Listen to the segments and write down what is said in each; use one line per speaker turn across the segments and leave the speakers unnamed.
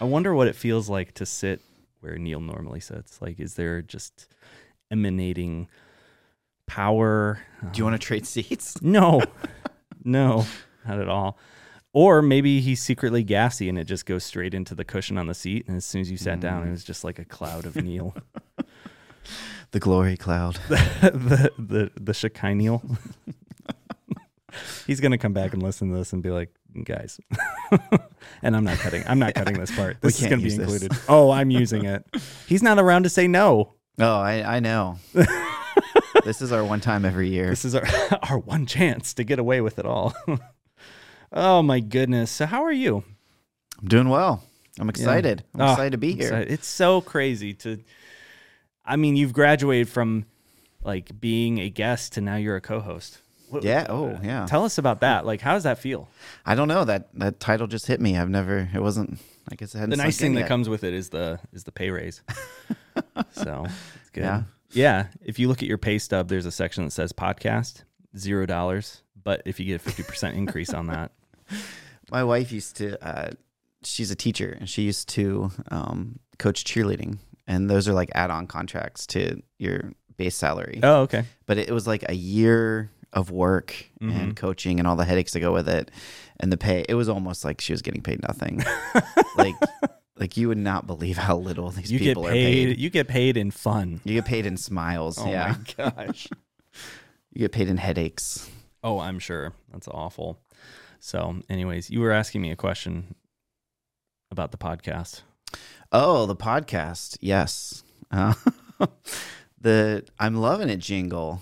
wonder what it feels like to sit where Neil normally sits. Like, is there just emanating power?
Do you want to trade seats?
No, no, not at all. Or maybe he's secretly gassy and it just goes straight into the cushion on the seat. And as soon as you sat down, it was just like a cloud of Neil,
The glory cloud.
the the the Shekinah Neil. he's gonna come back and listen to this and be like, guys, and I'm not cutting. I'm not cutting this part.
We
This is
can't
gonna be
use this.
included. Oh, I'm using it. He's not around to say no.
Oh, I, I know. this is our one time every year.
This is our our one chance to get away with it all. oh my goodness. So how are you?
I'm doing well. I'm excited. I'm
Oh,
excited to be
I'm
here.
excited. It's so crazy to I mean, you've graduated from like being a guest to now you're a co-host. What-
Yeah. Oh, yeah.
Tell us about that. Like how does that feel?
I don't know that that title just hit me. I've never. It wasn't. I guess it hadn't.
The nice
sunk in
thing that
yet.
comes with it is the is the pay raise. so, it's good.
Yeah.
Yeah, if you look at your pay stub, there's a section that says podcast, $0, but if you get a 50% increase on that,
My wife used to. Uh, she's a teacher, and she used to um, coach cheerleading, and those are like add-on contracts to your base salary.
Oh, okay.
but it was like a year of work
Mm-hmm.
and coaching and all the headaches that go with it and the pay it was almost like she was getting paid nothing like like you would not believe how little these
You get
people are
paid.
paid
You get paid in fun.
you get paid in smiles
Oh
yeah
my gosh.
you get paid in headaches
oh, I'm sure that's awful. So, anyways, you were asking me a question about the podcast.
oh the podcast yes uh, the i'm loving it jingle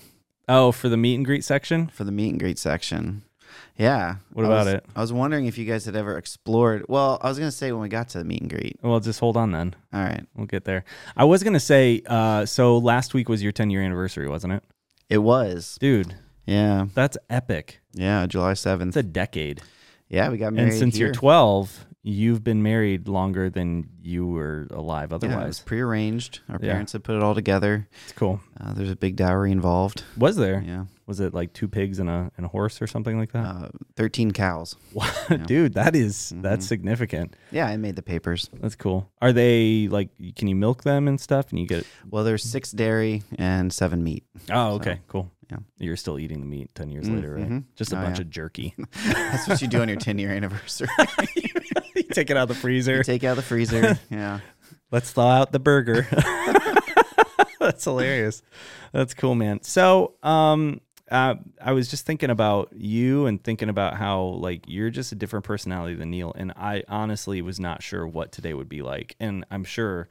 Oh, for the meet and greet section.
for the meet and greet section yeah
What
I
about
was-
it?
i was wondering if you guys had ever explored well i was gonna say when we got to the meet and greet
Well, just hold on then.
all right
We'll get there. I was gonna say. Uh, so last week was your 10 year anniversary, wasn't it,
it was
dude?
yeah
That's epic.
yeah july 7th
It's a decade.
Yeah, we got married.
And since
here.
you're 12, you've been married longer than you were alive.
yeah, it was
Otherwise,
prearranged. Our
Yeah.
parents had put it all together.
it's cool.
Uh, there's a big dowry involved.
Was there?
Yeah,
Was it like two pigs and a and a horse or something like that?
uh, Mm-hmm. thirteen cows.
Wow, dude, that is- that's significant.
Yeah, I made the papers.
That's cool. Are they like? Can you milk them and stuff? And you get?
Well, there's six dairy and seven meat.
Oh, okay, cool.
yeah. Mm, mm-hmm. Oh,
you're still eating the meat ten years later, right? Just a bunch of jerky.
That's what you do on your ten year anniversary.
you take it out of the freezer.
Take out the freezer. Yeah,
Let's thaw out the burger. That's hilarious. That's cool, man. So, um, uh, I was just thinking about you and thinking about how like you're just a different personality than Neil, and I honestly was not sure what today would be like, and I'm sure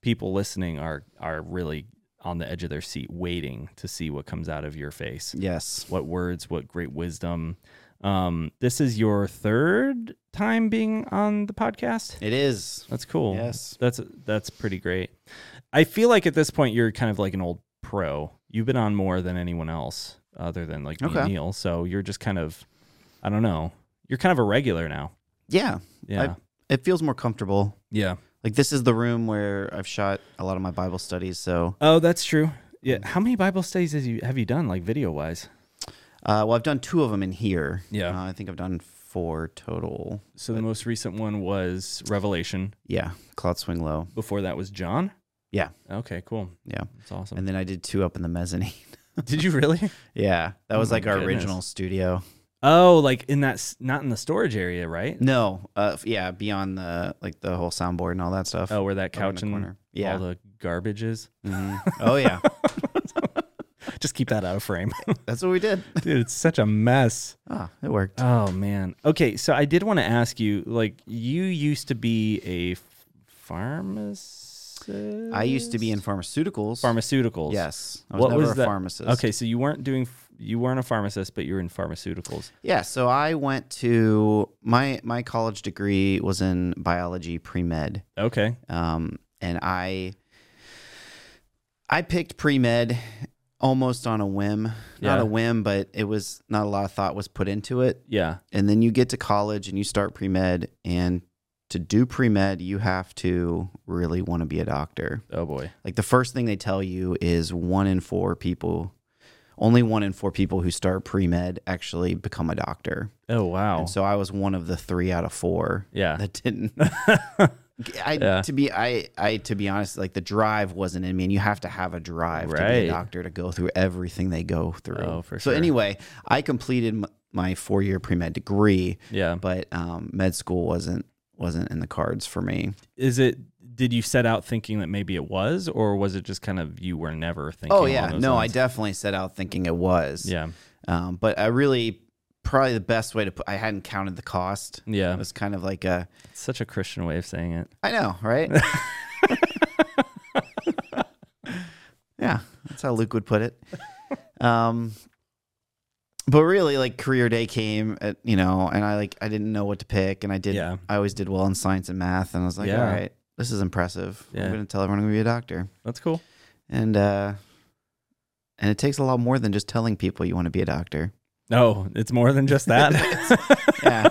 people listening are are really on the edge of their seat waiting to see what comes out of your face
yes.
what words, what great wisdom. Um, this is your third time being on the podcast.
It is.
That's cool.
Yes.
that's that's pretty great. I feel like at this point you're kind of like an old pro. You've been on more than anyone else, other than like me and
Okay.
Neil. So you're just kind of, I don't know, you're kind of a regular now.
Yeah.
Yeah,
I- it feels more comfortable.
yeah.
Like this is the room where I've shot a lot of my Bible studies. So,
Oh, that's true. Yeah.
Mm.
How many Bible studies has you have you done, like video wise?
uh, well, I've done two of them in here.
Yeah.
Uh, I think I've done four total.
So the most recent one was Revelation.
Yeah. Cloud swing low.
Before that was John.
Yeah.
Okay, cool.
Yeah.
That's awesome.
and then I did two up in the mezzanine.
Did you really?
yeah, that was
Oh my
like our
goodness.
original studio.
Oh, like in that, s- not in the storage area, right?
No, uh, f- yeah, beyond the like the whole soundboard and all that stuff.
Oh, where that
Over in
couch
the
and
corner. yeah,
all the garbage is.
Mhm. oh yeah,
Just keep that out of frame.
that's what we did.
Dude, it's such a mess.
Ah, it worked.
Oh, man. Okay, so I did want to ask you like, you used to be a f- pharmacist?
I used to be in pharmaceuticals.
pharmaceuticals.
Yes, I was never a pharmacist.
Okay, so you weren't doing, f- you weren't a pharmacist, but you were in pharmaceuticals.
Yeah, so I went to my my college degree was in biology pre med.
Okay.
um, and I I picked pre med almost on a whim,
Yeah.
not a whim, but it was not a lot of thought was put into it.
Yeah.
And then you get to college and you start pre med, and to do pre med, you have to really want to be a doctor.
Oh, boy.
Like the first thing they tell you is one in four people. Only one in four people who start pre med actually become a doctor.
Oh, wow.
And so I was one of the three out of four
yeah.
that didn't. I
Yeah.
to be I I to be honest, like the drive wasn't in me, and you have to have a drive to be
Right.
a doctor to go through everything they go through.
Oh, for
so
sure.
anyway, I completed m- my four year pre med degree,
Yeah.
but um, med school wasn't wasn't in the cards for me.
Is it? Did you set out thinking that maybe it was, or was it just kind of you were never thinking?
Oh
along
yeah,
those
no, I
lines?
definitely set out thinking it was.
Yeah.
Um, but I really probably the best way to put. I hadn't counted the cost.
Yeah.
It was kind of like a.
It's such a Christian way of saying it.
I know, right? yeah, that's how Luke would put it. Um, but really, like career day came, at, you know, and I like I didn't know what to pick, and I did.
Yeah.
I always did well in science and math, and I was like,
Yeah.
all right, this is impressive.
Yeah.
I'm going to tell everyone I'm going to be a doctor,
That's cool.
and uh, and it takes a lot more than just telling people you want to be a doctor.
No, it's more than just that.
Yeah,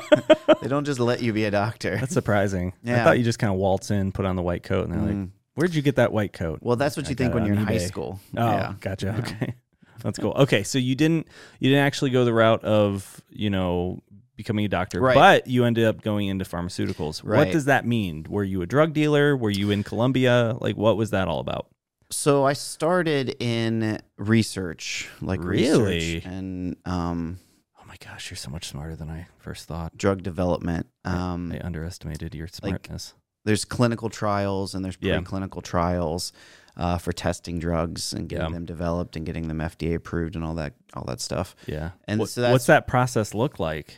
they don't just let you be a doctor.
That's surprising. I
Yeah.
thought you just kind of waltz in, put on the white coat, and they're like,
Mm.
"Where'd you get that white coat?"
Well, that's what
I
you
got
think
it
when
on
you're in high
eBay.
school.
Oh,
yeah.
gotcha.
Yeah.
Okay, that's cool. Okay, so you didn't you didn't actually go the route of you know becoming a doctor,
Right.
but you ended up going into pharmaceuticals. What
Right.
does that mean? Were you a drug dealer? Were you in Colombia? Like, what was that all about?
So I started in research, like
Really?
research and um,
Oh my gosh, you're so much smarter than I first thought.
drug development. Um,
I underestimated your smartness.
There's clinical trials and there's
Yeah.
preclinical trials uh, for testing drugs and getting
Yeah.
them developed and getting them FDA approved and all that all that stuff.
yeah.
and
What-
so that's-
what's that process look like?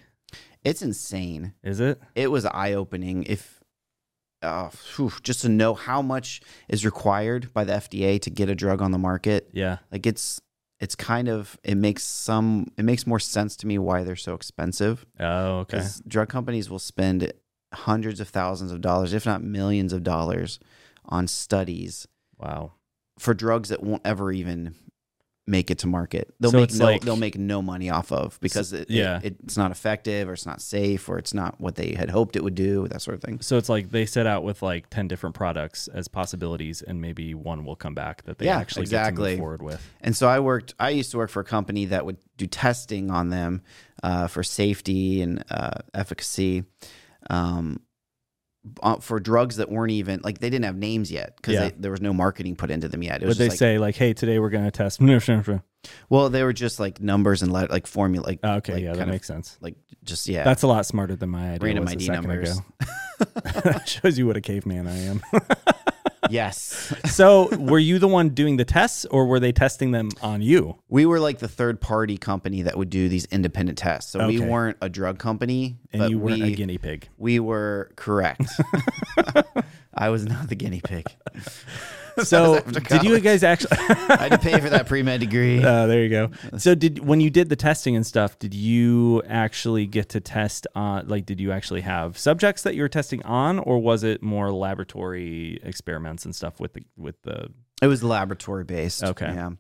It's insane.
Is it?
It was eye opening. If uh, phew, just to know how much is required by the FDA to get a drug on the market,
Yeah.
like it's it's kind of it makes some it makes more sense to me why they're so expensive.
Oh, okay.
because drug companies will spend hundreds of thousands of dollars, if not millions of dollars, on studies
Wow.
for drugs that won't ever even make it to market. They'll
So
make
it's
no,
like-
they'll make no money off of because it, it-
yeah.
it's not effective or it's not safe or it's not what they had hoped it would do, that sort of thing.
So it's like they set out with like 10 different products as possibilities, and maybe one will come back that they
Yeah,
actually get to
exactly.
move forward with.
And so I worked. I used to work for a company that would do testing on them uh, for safety and uh, efficacy um, uh, for drugs that weren't even like they didn't have names yet because
Yeah.
there was no marketing put into them yet. It
But
was
they
just like,
say, like, hey, today we're going to test. Okay,
well, they were just like numbers and let, like formula. Like, like,
Oh, yeah,
kind
that
of,
makes sense.
like just yeah.
That's a lot smarter than my idea.
Random
was a
ID
second
numbers.
ago. that shows you what a caveman I am.
yes,
so, were you the one doing the tests, or were they testing them on you?
we were like the third party company that would do these independent tests. So we
Okay.
weren't a drug company,
And
but
you weren't
we,
a guinea pig.
We were correct. I was not the guinea pig.
So,
after
did you
college.
guys actually?
I had to pay for that pre med degree.
Uh, there you go. So did when you did the testing and stuff, did you actually get to test on like did you actually have subjects that you were testing on or was it more laboratory experiments and stuff with the with the
It was laboratory based.
Okay.
Yeah.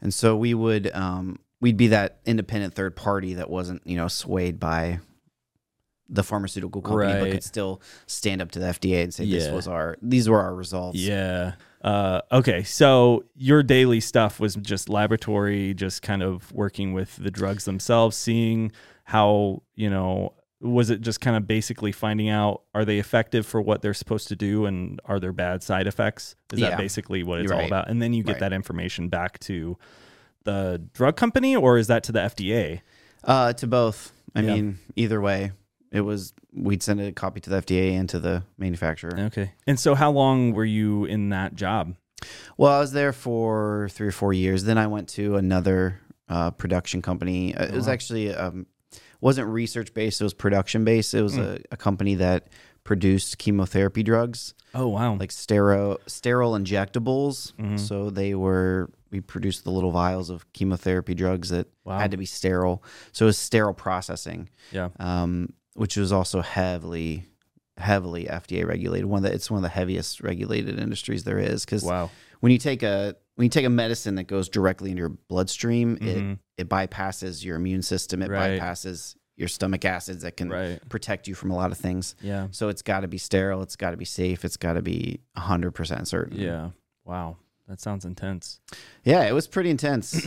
And so we would um we'd be that independent third party that wasn't, you know, swayed by the pharmaceutical company, but
Right.
could still stand up to the FDA and say this
Yeah.
was our these were our results.
Yeah. Uh, okay, so your daily stuff was just laboratory, just kind of working with the drugs themselves, seeing how, you know, was it just kind of basically finding out are they effective for what they're supposed to do and are there bad side effects? Is that
Yeah.
basically what it's
You're
all
right.
about? And then you get
Right.
that information back to the drug company or is that to the FDA?
Uh to both. I
Yeah.
mean, either way, it was we'd send a copy to the FDA and to the manufacturer.
Okay. And so how long were you in that job?
Well, I was there for three or four years. Then I went to another uh, production company. Uh, it was
wow.
actually um, wasn't research based. It was production based. It was
Hmm.
a, a company that produced chemotherapy drugs,
Oh, wow.
like sterile sterile injectables.
Mhm.
So they were we produced the little vials of chemotherapy drugs that
Wow.
had to be sterile. So it was sterile processing,
yeah.
um, which was also heavily heavily FDA regulated. One that it's one of the heaviest regulated industries there is because
Wow.
when you take a when you take a medicine that goes directly into your bloodstream,
Mhm.
it it bypasses your immune system. It
Right.
bypasses your stomach acids that can
Right.
protect you from a lot of things.
Yeah.
So it's got to be sterile. It's got to be safe. It's got to be hundred percent certain.
Yeah. Wow. That sounds intense.
yeah. It was pretty intense.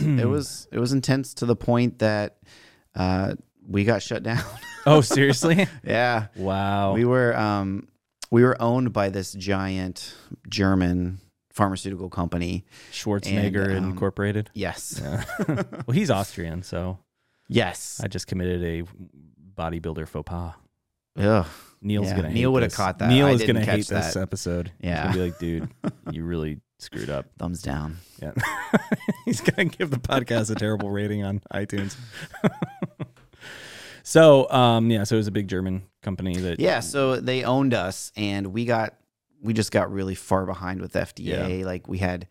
it was it was intense to the point that uh, we got shut down.
Oh, seriously?
yeah,
wow.
we were. Um, we were owned by this giant German pharmaceutical company.
Schwarzenegger
And, um,
Incorporated.
Yes.
Yeah. well, he's Austrian, so
Yes.
I just committed a bodybuilder faux pas.
Ugh.
Neil's
Yeah,
gonna. hate
Neil would've
this.
caught that.
Neil
I
is
didn't
gonna hate
catch
this
that.
episode.
Yeah.
he's gonna be like, dude, you really screwed up.
Thumbs down.
Yeah, he's gonna give the podcast a terrible rating on iTunes. so, um, yeah, so it was a big German company that.
Yeah, so they owned us, and we got we just got really far behind with FDA. Like we had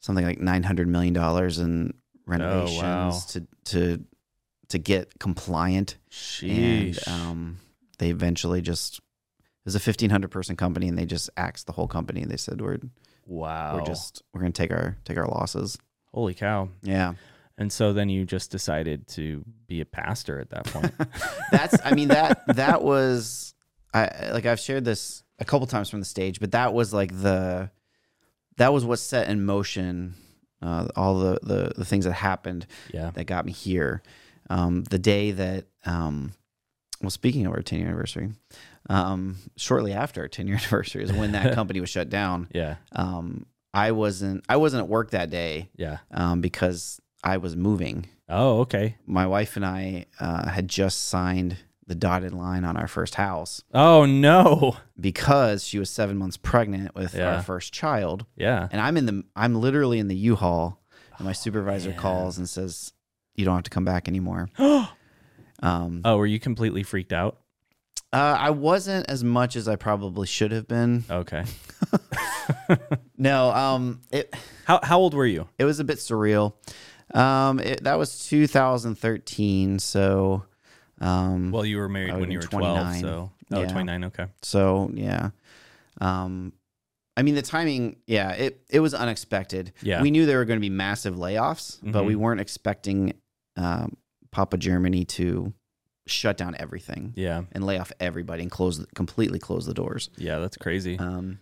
something like nine hundred million dollars in renovations
wow.
to to to get compliant,
Sheesh.
and um, they eventually just it was a fifteen hundred person company, and they just axed the whole company. They said we're
wow.
we're just we're gonna take our take our losses.
holy cow.
Yeah,
And so then you just decided to be a pastor at that point.
that's I mean that that was I like I've shared this a couple times from the stage, but that was like the that was what set in motion uh, all the, the the things that happened
yeah.
that got me here. Um, the day that um, well, speaking of our ten year anniversary, um, shortly after our ten year anniversary is when that company was shut down.
Yeah.
Um, I wasn't I wasn't at work that day
Yeah.
um, because I was moving
Oh, okay.
my wife and I uh, had just signed the dotted line on our first house
Oh no.
because she was seven months pregnant with
Yeah.
our first child,
Yeah.
and I'm in the I'm literally in the U-Haul, and my supervisor
man.
calls and says, "You don't have to come back anymore."
oh,
Um,
were you completely freaked out?
uh, I wasn't as much as I probably should have been.
Okay.
No, um, it
How how old were you?
it was a bit surreal. Um, it, that was 2013, so um,
Well, you were married
I would've
when you were
been
12,
29.
so oh,
Yeah.
29, okay.
So yeah, um, I mean the timing. Yeah, it it was unexpected.
Yeah.
we knew there were going to be massive layoffs, but
Mhm.
we weren't expecting um, Papa Germany to shut down everything
yeah.
and lay off everybody and close completely close the doors.
Yeah, that's crazy.
Um,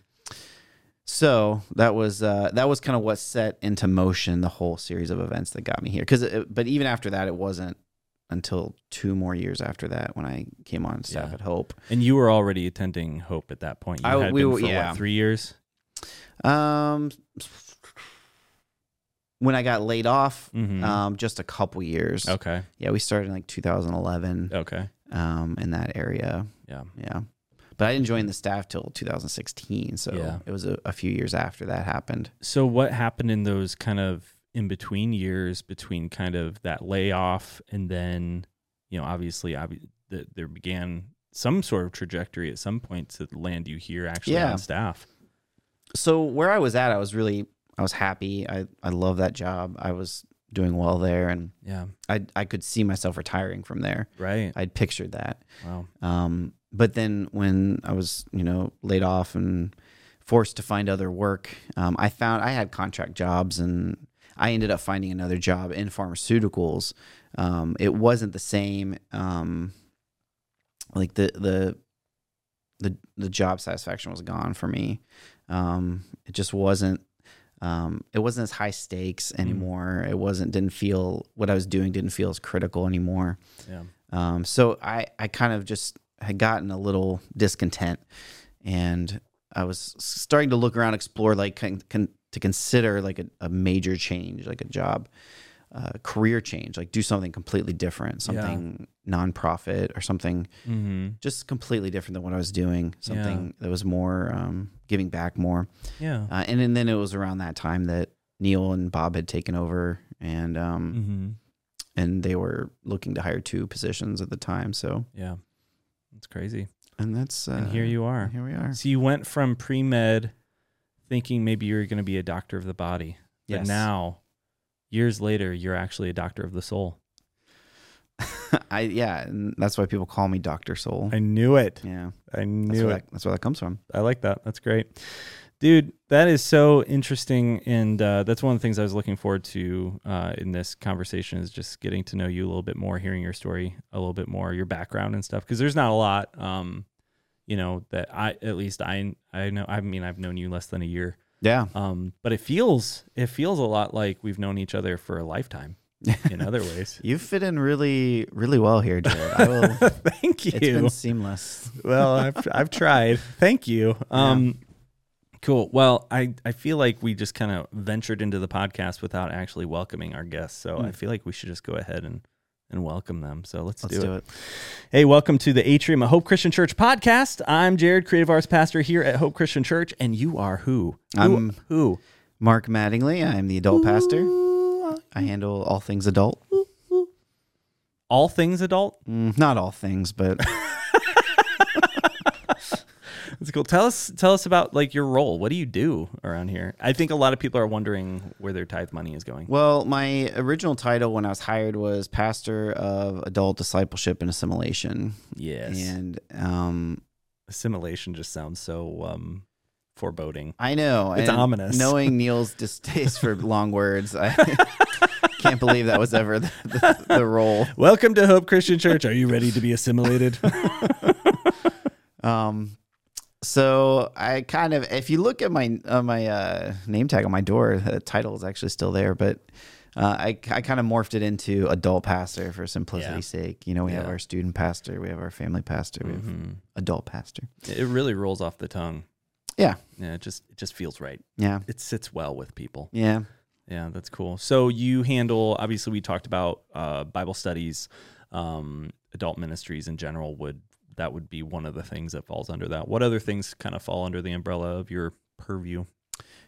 so that was uh, that was kind of what set into motion the whole series of events that got me here. Because but even after that, it wasn't until two more years after that when I came on staff
Yeah.
at Hope.
and you were already attending Hope at that point. You
I-
had
we
been
were-
for
yeah.
what, 3 years?
Um, when I got laid off,
Mhm.
um, just a couple years.
Okay.
Yeah, we started in like 2011,
Okay.
um, in that area.
Yeah.
Yeah, but I didn't join the staff till 2016, so
Yeah.
it was a, a few years after that happened.
So what happened in those kind of in between years between kind of that layoff and then, you know, obviously obvi- that there began some sort of trajectory at some point to land you here actually
Yeah.
on staff.
So where I was at, I was really, I was happy. I I love that job. I was doing well there, and
Yeah.
I I could see myself retiring from there.
Right.
I'd pictured that.
Wow.
Um, but then when I was, you know, laid off and forced to find other work, um, I found I had contract jobs and I ended up finding another job in pharmaceuticals. Um, it wasn't the same, um, like the, the, the, the job satisfaction was gone for me. Um, it just wasn't, um, it wasn't as high stakes anymore. It wasn't, didn't feel what I was doing didn't feel as critical anymore.
Yeah.
Um, so I, I kind of just had gotten a little discontent and I was starting to look around, explore, like con, con, to consider like a, a major change, like a job, uh, career change, like do something completely different, something nonprofit or something
Mm-hmm.
just completely different than what I was doing, something that was more um, giving back more.
Yeah.
Uh, and, and then it was around that time that Neil and Bob had taken over and, um,
Mm-hmm.
and they were looking to hire two positions at the time. So,
Yeah. That's crazy.
and that's uh,
and here you are.
Here we are.
So you went from pre med thinking maybe you were going to be a doctor of the body. But now, years later, you're actually a doctor of the soul.
I yeah, and that's why people call me Doctor Soul.
I knew it.
yeah,
I
that's
knew
where
it.
that, that's where that comes from.
I like that. That's great. Dude, that is so interesting. And uh, that's one of the things I was looking forward to uh, in this conversation is just getting to know you a little bit more, hearing your story a little bit more, your background and stuff. Because there's not a lot, um, you know, that I, at least I, I know, I mean, I've known you less than a year.
Yeah,
Um, but it feels, it feels a lot like we've known each other for a lifetime. in other ways.
You fit in really, really well here, Jared. I will.
Thank you.
It's been seamless.
well, I've, I've tried. Thank you. Um, Cool. Well, I, I feel like we just kind of ventured into the podcast without actually welcoming our guests. So
Hmm.
I feel like we should just go ahead and, and welcome them. So let's,
Let's do it.
Hey, welcome to the Atrium of Hope Christian Church podcast. I'm Jared, creative arts pastor here at Hope Christian Church, and you are who? Who-
I'm-
who?
Mark Mattingly. I'm the adult pastor. I handle all things adult.
All things adult.
Mm, not all things, but
That's cool. Tell us, tell us about like your role. What do you do around here? I think a lot of people are wondering where their tithe money is going.
Well, my original title when I was hired was pastor of adult discipleship and assimilation,
Yes,
and um,
assimilation just sounds so um, foreboding.
I know
It's
and
ominous.
Knowing Neil's distaste for long words, I can't believe that was ever the, the, the role.
Welcome to Hope Christian Church. Are you ready to be assimilated?
Um, so I kind of, if you look at my uh, my uh, name tag on my door, the title is actually still there, but. Uh, I, I kind of morphed it into adult pastor for simplicity's sake. You know, we have
Yeah.
our student pastor, we have our family pastor, we have
Mhm.
adult pastor.
It really rolls off the tongue.
Yeah.
Yeah, it just it just feels right.
Yeah.
It sits well with people.
Yeah.
Yeah, that's cool. So you handle obviously we talked about uh, Bible studies, um, adult ministries in general. Would that would be one of the things that falls under that? What other things kind of fall under the umbrella of your purview?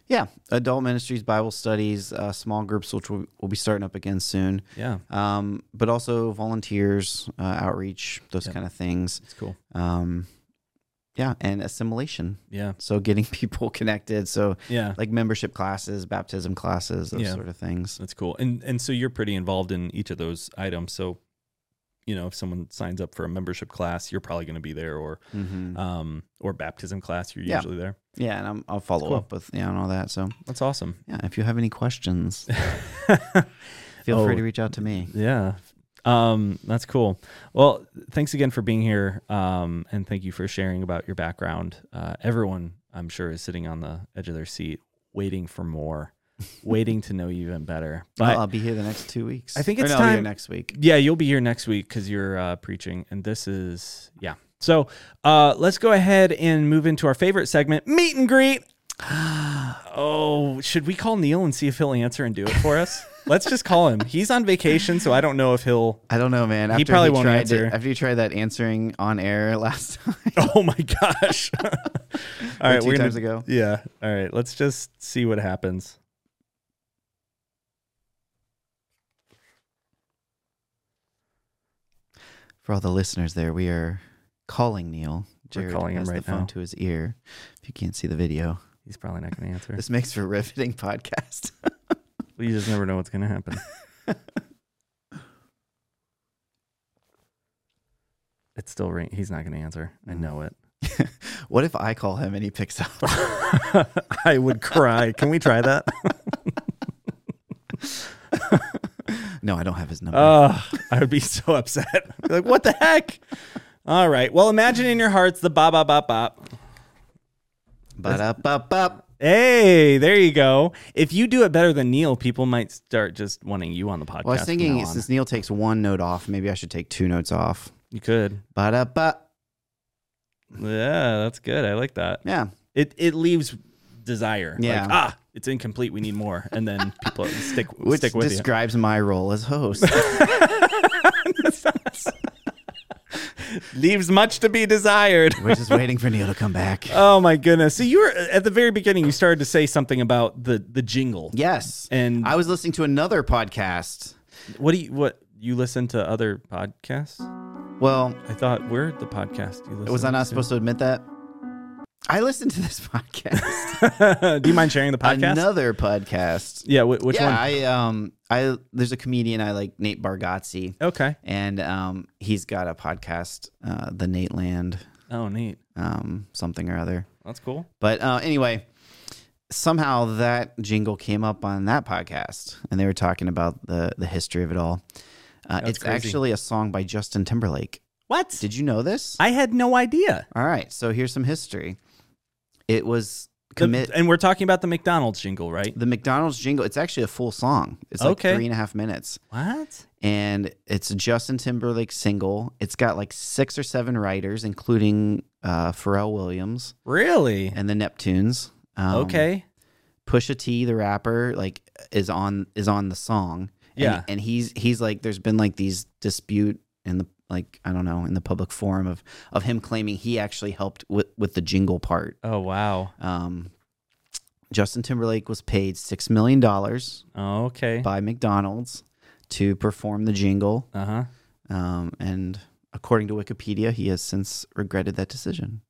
Yeah. Adult ministries, Bible studies, uh, small groups, which we'll, we'll be starting up again soon,
Yeah,
um, but also volunteers, uh, outreach, those
Yep.
kind of things.
it's cool.
Um, yeah. And assimilation.
Yeah,
So getting people connected. So
yeah,
like membership classes, baptism classes, those
Yeah.
sort of things.
that's cool. And and so you're pretty involved in each of those items. So you know if someone signs up for a membership class, you're probably going to be there, or
hmm
um or baptism class, you're
Yeah.
usually there.
yeah. And I'm, I'll follow
cool.
up with, yeah, and all that. So
That's awesome.
yeah, if you have any questions, feel
Oh.
free to reach out to me.
Yeah. Um, that's cool. Well, thanks again for being here. Um, and thank you for sharing about your background. Uh, everyone, I'm sure, is sitting on the edge of their seat, waiting for more, waiting to know you even better. But
I'll be here the next two weeks.
I think
Or
it's
no, I'll be here
time-
next week.
yeah, you'll be here next week because you're uh, preaching. And this is, yeah. So uh, let's go ahead and move into our favorite segment meet and greet. Oh, should we call Neil and see if he'll answer and do it for us? let's just call him. He's on vacation, so I don't know if he'll
I don't know, man. After
probably won't
tried
answer.
To, after you tried that answering on air last time,
Oh my gosh! All right,
two
we're
times
gonna,
ago.
Yeah. All right, let's just see what happens.
For all the listeners there, we are calling Neil. Jared
calling him
has
right
the phone
now.
to his ear. If you can't see the video,
He's probably not going to answer.
this makes for a riveting podcast.
you just never know what's going to happen. it's still ring. He's not going to answer. I know it.
what if I call him and he picks up?
I would cry. Can we try that?
no, I don't have his number.
Oh, I would be so upset. I'd be like, what the heck? All right. Well, imagine in your hearts the ba ba ba bop.
but up, up, up.
Hey, there you go. If you do it better than Neil, people might start just wanting you on the podcast.
Well, I was
from now
thinking
on.
since Neil takes one note off, maybe I should take two notes off.
you could.
But up, up.
Yeah, that's good. I like that.
Yeah.
It it leaves desire.
Yeah.
Like, ah, it's incomplete. We need more. And then people stick
Which
stick with
describes my role as host.
you. Leaves much to be desired.
We're just waiting for Neil to come back.
Oh my goodness. So you were at the very beginning. You started to say something about the the jingle.
Yes.
And
I was listening to another podcast.
what do you what you listen to other podcasts?
Well,
I thought we're the podcast. You listen
was I not
to?
supposed to admit that? I listened to this podcast.
do you mind sharing the podcast?
Another podcast.
yeah, wh- which
yeah,
one?
I um I there's a comedian I like Nate Bargatze
okay.
and um he's got a podcast uh the Nate Land
Oh, neat.
um something or other.
That's cool.
But uh anyway, somehow that jingle came up on that podcast and they were talking about the the history of it all. Uh,
That's
it's
crazy.
actually a song by Justin Timberlake.
What?
Did you know this?
I had no idea.
All right, so here's some history. It was
The-
commit
and we're talking about the McDonald's jingle, right?
the McDonald's jingle. It's actually a full song. It's like
Okay.
three and a half minutes.
What?
And it's a Justin Timberlake single. It's got like six or seven writers, including uh, Pharrell Williams
Really?
and the Neptunes. Um,
okay.
Pusha T, the rapper, like is on is on the song. And-
Yeah.
and he's he's like there's been like these dispute in the like I don't know in the public forum of of him claiming he actually helped with with the jingle part.
Oh wow.
Um, Justin Timberlake was paid six million dollars
Oh, okay.
by McDonald's to perform the jingle,
Uh huh.
um, and according to Wikipedia, he has since regretted that decision.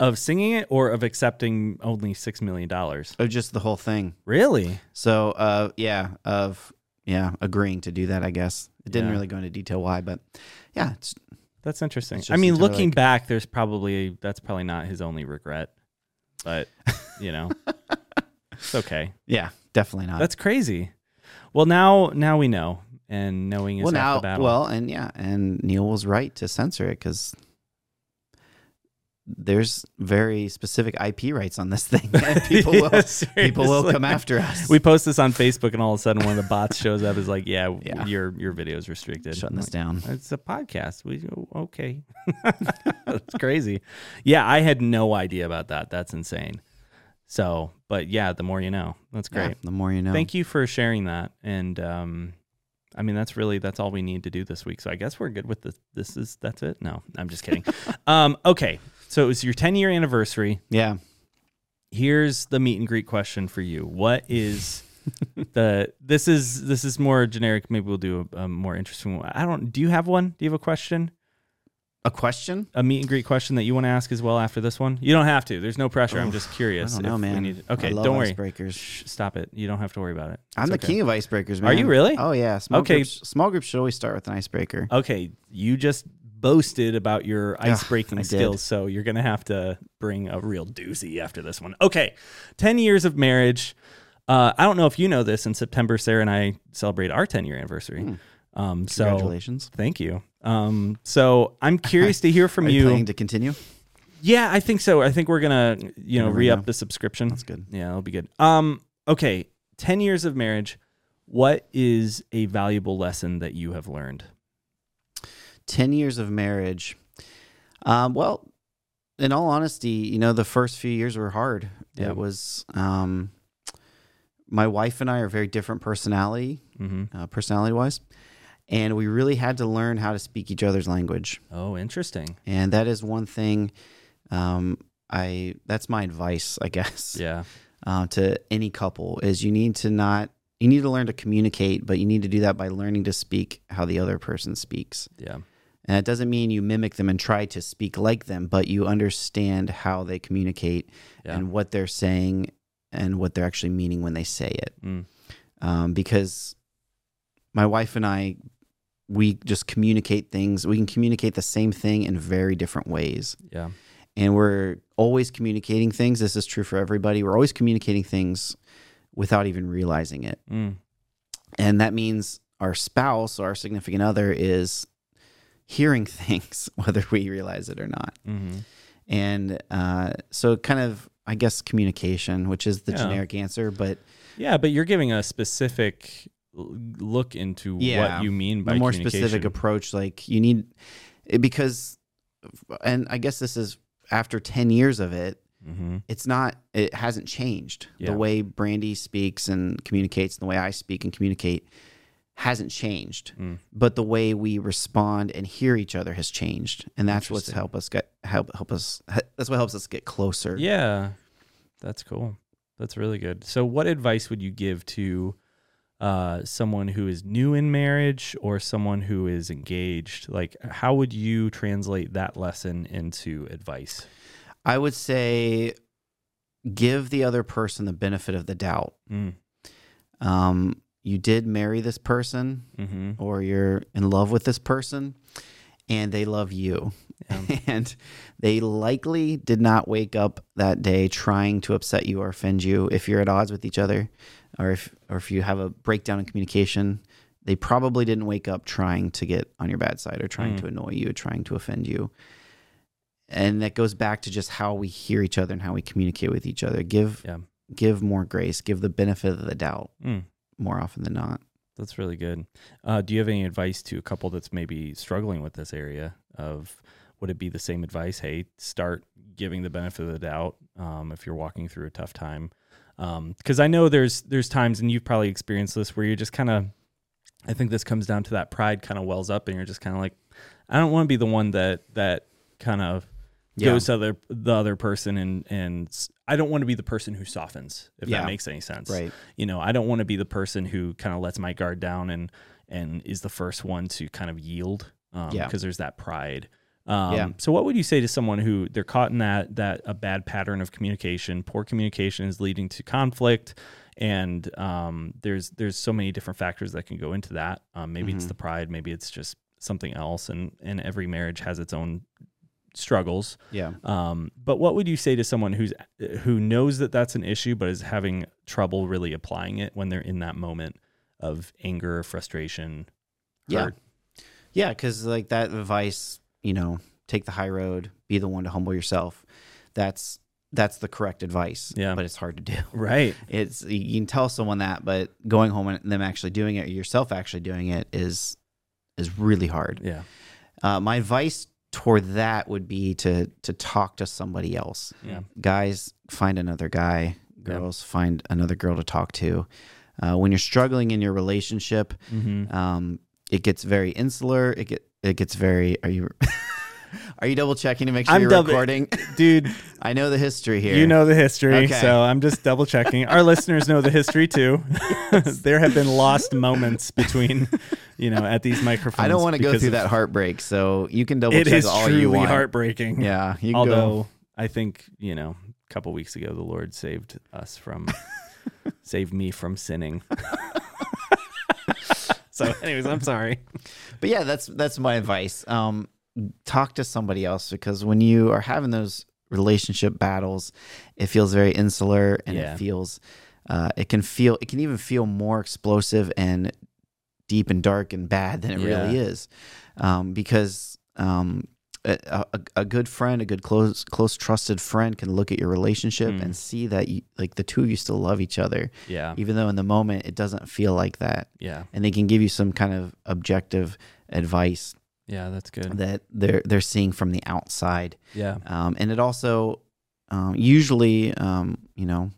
Of singing it or of accepting only six million dollars?
Oh, just the whole thing.
Really?
So, uh, yeah, of yeah, agreeing to do that, I guess. It didn't
Yeah.
really go into detail why, but yeah, it's,
That's interesting.
It's
I mean,
Justin
looking back, there's probably that's probably not his only regret, but you know, it's okay.
yeah, definitely not.
That's crazy. Well, now now we know, and knowing is
well,
half
now,
the battle.
well, and yeah, and Neil was right to censor it because there's very specific IP rights on this thing, and people
Yeah,
will people will
seriously.
come after us.
We post this on Facebook, and all of a sudden, one of the bots shows up. Is like, yeah,
Yeah.
your your video is restricted.
shutting
I'm
this down.
It's a podcast. We okay. That's crazy. Yeah, I had no idea about that. That's insane. So, but yeah, the more you know. That's
Yeah,
great.
the more you know.
Thank you for sharing that. And um I mean that's really that's all we need to do this week. So I guess we're good with this. This is that's it. No, I'm just kidding. um okay. So it was your 10 year anniversary.
Yeah.
Here's the meet and greet question for you. What is the this is this is more generic. Maybe we'll do a, a more interesting one. I don't do you have one? Do you have a question?
A question?
a meet and greet question that you want to ask as well after this one? You don't have to. There's no pressure. I'm just
I
curious.
don't
if
know,
we
man.
need- okay,
I love
don't worry.
Icebreakers.
Shh, stop it. You don't have to worry about it.
I'm
It's
the
okay.
king of icebreakers, man.
Are you really?
Oh yeah. Small
Okay. Oh,
Groups, small groups should always start with an icebreaker.
Okay, you just boasted about your ice
I
breaking
did.
skills, so you're gonna have to bring a real doozy after this one. Okay, ten years of marriage. Uh, I don't know if you know this. In September, Sarah and I celebrate our ten year anniversary. Um, so
Hmm. Congratulations.
thank you. Um, so I'm curious to hear from
Are you
you.
planning to continue?
Yeah, I think so. I think we're gonna, you know,
never
re
know.
up the subscription.
That's good.
Yeah, that'll be good. Um, okay, ten years of marriage. What is a valuable lesson that you have learned?
10 years of marriage. Um, well, in all honesty, you know, the first few years were hard.
Yeah.
It was, um, my wife and I are very different personality,
Mm-hmm.
uh, personality wise, and we really had to learn how to speak each other's language.
Oh, interesting.
And that is one thing, um, I, that's my advice, I guess,
Yeah.
uh, to any couple is you need to not, you need to learn to communicate, but you need to do that by learning to speak how the other person speaks.
Yeah.
And it doesn't mean you mimic them and try to speak like them, but you understand how they communicate
Yeah.
and what they're saying and what they're actually meaning when they say it.
Mm.
Um, because my wife and I, we just communicate things. We can communicate the same thing in very different ways.
Yeah.
And we're always communicating things. This is true for everybody. We're always communicating things without even realizing it
Mm.
and that means our spouse or our significant other is hearing things whether we realize it or not
hmm
and uh, so kind of i guess communication which is the
Yeah.
generic answer but
Yeah, but you're giving a specific l- look into
Yeah.
what you mean by
a more
communication.
specific approach like you need it- because and i guess this is after 10 years of it
hmm
it's not it hasn't changed
Yeah.
the way brandy speaks and communicates and the way i speak and communicate hasn't changed
Mm.
but the way we respond and hear each other has changed and that's what's
Interesting.
help us get help help us he- that's what helps us get closer
Yeah, that's cool. That's really good. So, what advice would you give to uh, someone who is new in marriage or someone who is engaged? Like, how would you translate that lesson into advice?
i would say give the other person the benefit of the doubt
Mm,
um, you did marry this person
hmm
or you're in love with this person and they love you.
Yeah.
And they likely did not wake up that day trying to upset you or offend you if you're at odds with each other or if or if you have a breakdown in communication. They probably didn't wake up trying to get on your bad side or trying
Mm.
to annoy you, trying to offend you. and that goes back to just how we hear each other and how we communicate with each other. Give
Yeah.
give more grace, give the benefit of the doubt
Mm.
more often than not.
That's really good. Uh, do you have any advice to a couple that's maybe struggling with this area of would it be the same advice? Hey, start giving the benefit of the doubt um, if you're walking through a tough time. Because I know there's there's times, and you've probably experienced this, where you're just kind of. I think this comes down to that pride kind of wells up, and you're just kind of like, I don't want to be the one that that kind of
Yeah.
goes to other the other person, and and s- I don't want to be the person who softens, if
Yeah.
that makes any sense
Right.
you know i don't want to be the person who kind of lets my guard down and and is the first one to kind of yield um
Yeah.
because there's that pride um,
Yeah.
So, what would you say to someone who they're caught in that that a bad pattern of communication? Poor communication is leading to conflict, and um, there's there's so many different factors that can go into that. Um, maybe it's
Mhm.
the pride, maybe it's just something else, and and every marriage has its own struggles.
Yeah.
Um, but what would you say to someone who's who knows that that's an issue but is having trouble really applying it when they're in that moment of anger, frustration?
Yeah.
hurt?
Yeah, because like that advice, you know, take the high road, be the one to humble yourself. That's that's the correct advice.
Yeah.
But it's hard to do.
right.
It's you can tell someone that, but going home and them actually doing it, yourself actually doing it is is really hard.
Yeah.
Uh, my advice toward that would be to to talk to somebody else.
Yeah.
Guys, find another guy.
Yeah.
Girls, find another girl to talk to. Uh, when you're struggling in your relationship,
Mm-hmm.
um, it gets very insular. It get it gets very. Are you are you double checking to make sure
I'm
you're
double-
recording?
Dude,
I know the history here.
you know the history,
Okay.
so I'm just double checking. Our listeners know the history too. there have been lost moments between, you know, at these microphones.
I don't want to go
because
through
of-
that heartbreak, so you can double
It
check
is
all
truly
you want.
heartbreaking.
Yeah, you can
Although
go.
I think you know, a couple weeks ago, the Lord saved us from, saved me from sinning. so, anyways, I'm sorry.
But yeah, that's that's my advice. Um, talk to somebody else because when you are having those relationship battles, it feels very insular and
Yeah.
it feels uh, it can feel it can even feel more explosive and deep and dark and bad than it really
Yeah.
is um, because um, a, a, a good friend, a good close close trusted friend can look at your relationship
Mm.
and see that you, like the two of you still love each other,
Yeah,
even though in the moment it doesn't feel like that
yeah,
and they can give you some kind of objective advice
yeah. That's good.
that they're they're seeing from the outside.
Yeah,
Um, and it also um, usually, um, you know,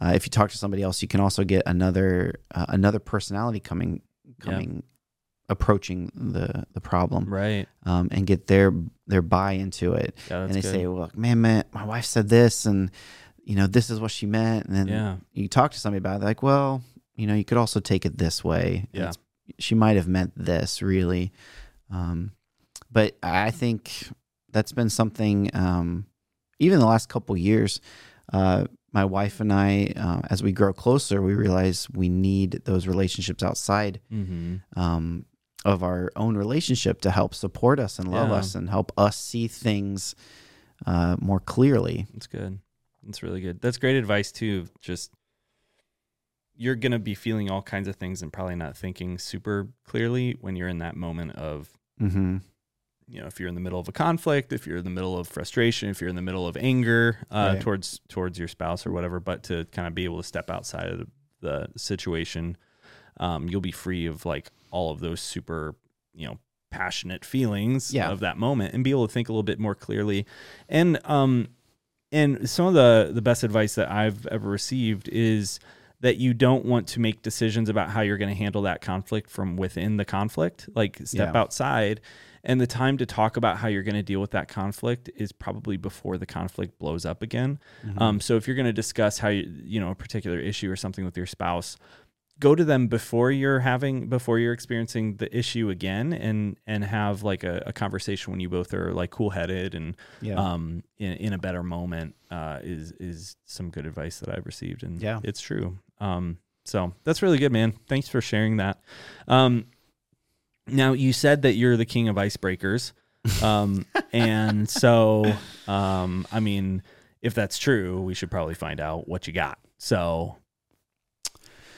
uh, if you talk to somebody else, you can also get another uh, another personality coming coming approaching the the problem
right.
um, and get their their buy into it.
Yeah, that's
and they
good.
say, "Well, look, man, man, my wife said this, and you know, this is what she meant." And then
yeah,
you talk to somebody about it, they're like, well, you know, you could also take it this way.
Yeah.
It's- she might have meant this really. Um, but I think that's been something, um, even the last couple years, uh, my wife and I, uh, as we grow closer, we realize we need those relationships outside
mm-hmm.
um, of our own relationship to help support us and love
Yeah.
us and help us see things uh, more clearly.
that's good. That's really good. That's great advice too. Just you're gonna be feeling all kinds of things and probably not thinking super clearly when you're in that moment of
Mm-hmm.
you know if you're in the middle of a conflict if you're in the middle of frustration if you're in the middle of anger uh,
Right.
towards towards your spouse or whatever but to kind of be able to step outside of the, the situation um, you'll be free of like all of those super you know passionate feelings
Yeah.
of that moment and be able to think a little bit more clearly and um and some of the the best advice that i've ever received is that you don't want to make decisions about how you're going to handle that conflict from within the conflict like step
Yeah.
outside and the time to talk about how you're going to deal with that conflict is probably before the conflict blows up again um, so if you're going to discuss how you you know a particular issue or something with your spouse go to them before you're having before you're experiencing the issue again and and have like a, a conversation when you both are like cool headed and
Yeah.
um in, in a better moment uh is is some good advice that i've received and
Yeah.
it's true um so that's really good man thanks for sharing that um now you said that you're the king of icebreakers um and so um i mean if that's true we should probably find out what you got so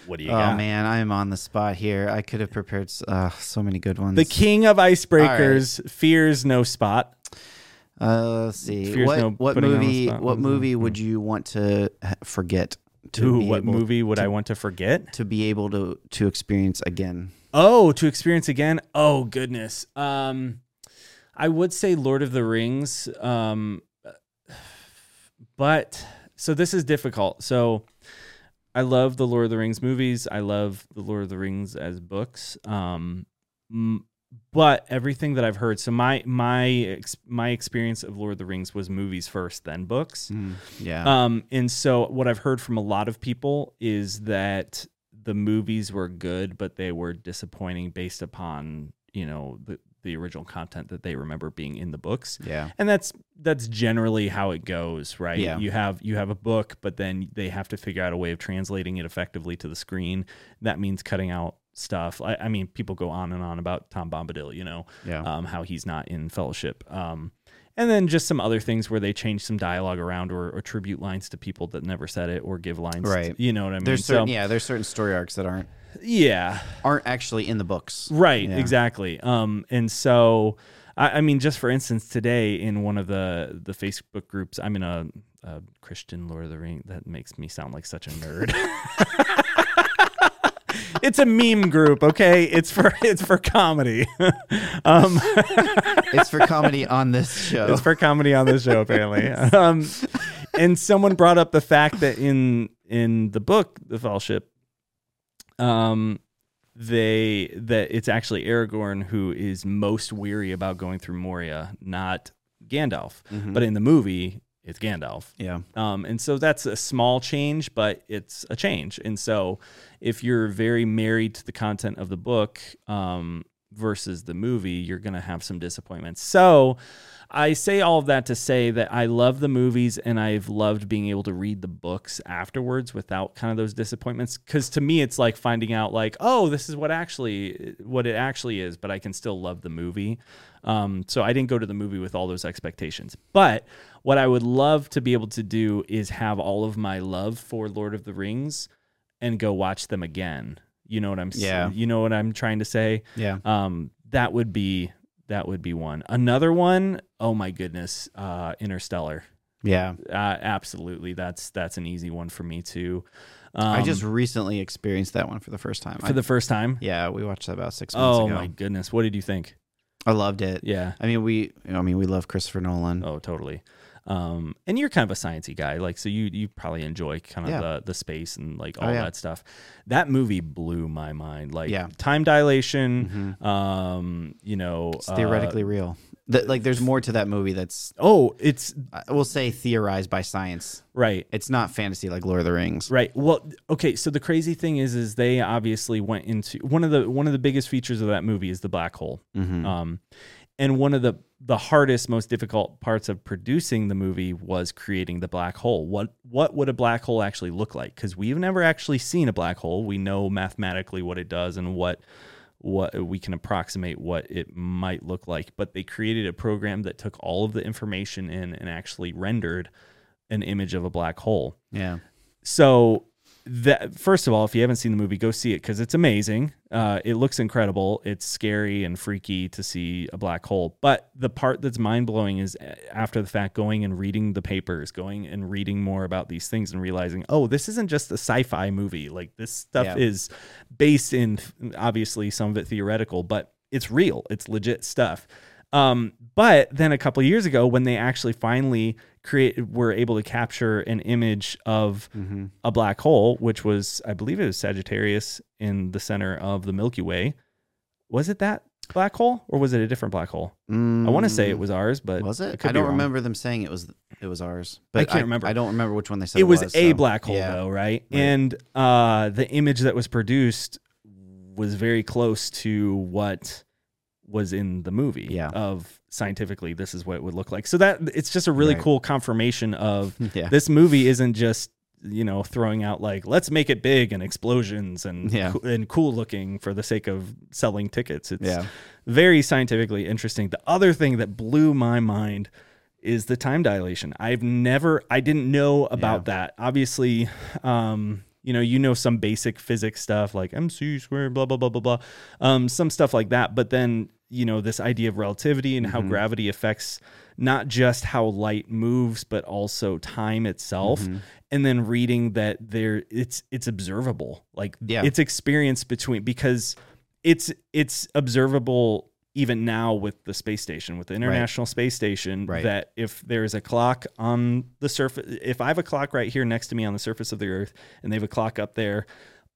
what do you
oh
got
man, I am on the spot here. I could have prepared s- uh, so many good ones.
the king of icebreakers fears no spot
Uh, let's see.
Fears
what
no
what
putting on the
movie?
spot.
What
Mhm.
movie would you want to ha- forget? To
Ooh,
be
what
able,
movie would I want to forget?
to be able to to experience again?
Oh, to experience again. Oh goodness. Um, I would say Lord of the Rings. Um, but so this is difficult. So I love the Lord of the Rings movies. I love the Lord of the Rings as books. Um, m- but everything that I've heard. So my my ex- my experience of Lord of the Rings was movies first, then books.
yeah.
Um, and so what I've heard from a lot of people is that the movies were good, but they were disappointing based upon you know the the original content that they remember being in the books.
yeah.
And that's that's generally how it goes, right?
Yeah.
You have you have a book, but then they have to figure out a way of translating it effectively to the screen. That means cutting out stuff. I, I mean, people go on and on about Tom Bombadil, you know
Yeah.
um, how he's not in fellowship. Um, and then just some other things where they change some dialogue around or, or tribute lines to people that never said it or give lines. to-
Right.
you know what I mean?
there's certain
so,
yeah. There's certain story arcs that aren't
yeah.
aren't actually in the books.
Right.
Yeah.
Exactly. Um, and so, I, I mean, just for instance, today in one of the, the Facebook groups, I'm in a, a Christian Lord of the Ring. That makes me sound like such a nerd. it's a meme group. Okay. It's for, it's for comedy. um,
It's for comedy on this show.
It's for comedy on the show, apparently. um, and someone brought up the fact that in in the book, The Fellowship, um, they that it's actually Aragorn who is most weary about going through Moria, not Gandalf.
Mhm.
But in the movie, it's Gandalf.
yeah.
Um, and so that's a small change, but it's a change. And so if you're very married to the content of the book um, versus the movie, you're going to have some disappointments. So I say all of that to say that I love the movies and I've loved being able to read the books afterwards without kind of those disappointments. Cause to me, it's like finding out like, oh, this is what actually, what it actually is, but I can still love the movie. Um, so I didn't go to the movie with all those expectations. But what I would love to be able to do is have all of my love for Lord of the Rings and go watch them again. You know what I'm s-
Yeah.
you know what I'm trying to say?
Yeah.
Um that would be that would be one. Another one, oh my goodness, uh Interstellar.
Yeah.
Uh absolutely. That's that's an easy one for me too. Um,
I just recently experienced that one for the first time.
for the first time.
I, yeah, we watched that about six months
oh
ago.
my goodness. What did you think?
I loved it.
Yeah.
I mean, we. I mean, we love Christopher Nolan.
Oh, totally. Um, and you're kind of a sciencey guy, like so you you probably enjoy kind of
Yeah. Oh,
the the space and like all
yeah.
that stuff. That movie blew my mind. Like
Yeah.
time dilation,
Mhm.
um, you know,
It's
uh,
theoretically real. Th- like, there's more to that movie that's
oh, it's
I will say theorized by science.
right.
It's not fantasy like Lord of the Rings.
Right. Well, okay. So the crazy thing is, is they obviously went into one of the one of the biggest features of that movie is the black hole.
Mhm.
Um, and one of the the hardest, most difficult parts of producing the movie was creating the black hole. What what would a black hole actually look like? Because we've never actually seen a black hole. We know mathematically what it does and what what we can approximate what it might look like. But they created a program that took all of the information in and actually rendered an image of a black hole.
Yeah.
So that first of all, if you haven't seen the movie, go see it because it's amazing. Uh, it looks incredible. It's scary and freaky to see a black hole. But the part that's mind blowing is uh, after the fact, going and reading the papers, going and reading more about these things, and realizing, oh, this isn't just a sci-fi movie. Like this stuff
Yeah.
is based in obviously some of it theoretical, but it's real. It's legit stuff. Um, but then a couple of years ago, when they actually finally create were able to capture an image of
hmm
a black hole, which was, I believe it was Sagittarius in the center of the Milky Way. Was it that black hole or was it a different black hole? I want to say it was ours, but
Mm, Was
I
it?
could
I
be
don't
wrong.
remember them saying it was. It was ours. But
can't remember.
I don't remember which one they said.
it was, a
so-
black hole
Yeah.
though, right?
Right.
And uh, the image that was produced was very close to what was in the movie
Yeah.
of scientifically this is what it would look like. So that it's just a really
Right.
cool confirmation of
Yeah.
this movie isn't just you know throwing out like let's make it big and explosions and
Yeah.
coo- and cool looking for the sake of selling tickets it's
Yeah.
very scientifically interesting the other thing that blew my mind is the time dilation i've never i didn't know about that obviously um you know you know some basic physics stuff like mc squared blah blah blah blah blah um some stuff like that but then you know this idea of relativity and how
Mhm.
gravity affects not just how light moves but also time itself
Mhm.
and then reading that there it's it's observable like
Yeah.
it's experience between because it's it's observable even now with the space station with the international space station
Right.
that if there is a clock on the surface if i have a clock right here next to me on the surface of the earth and they have a clock up there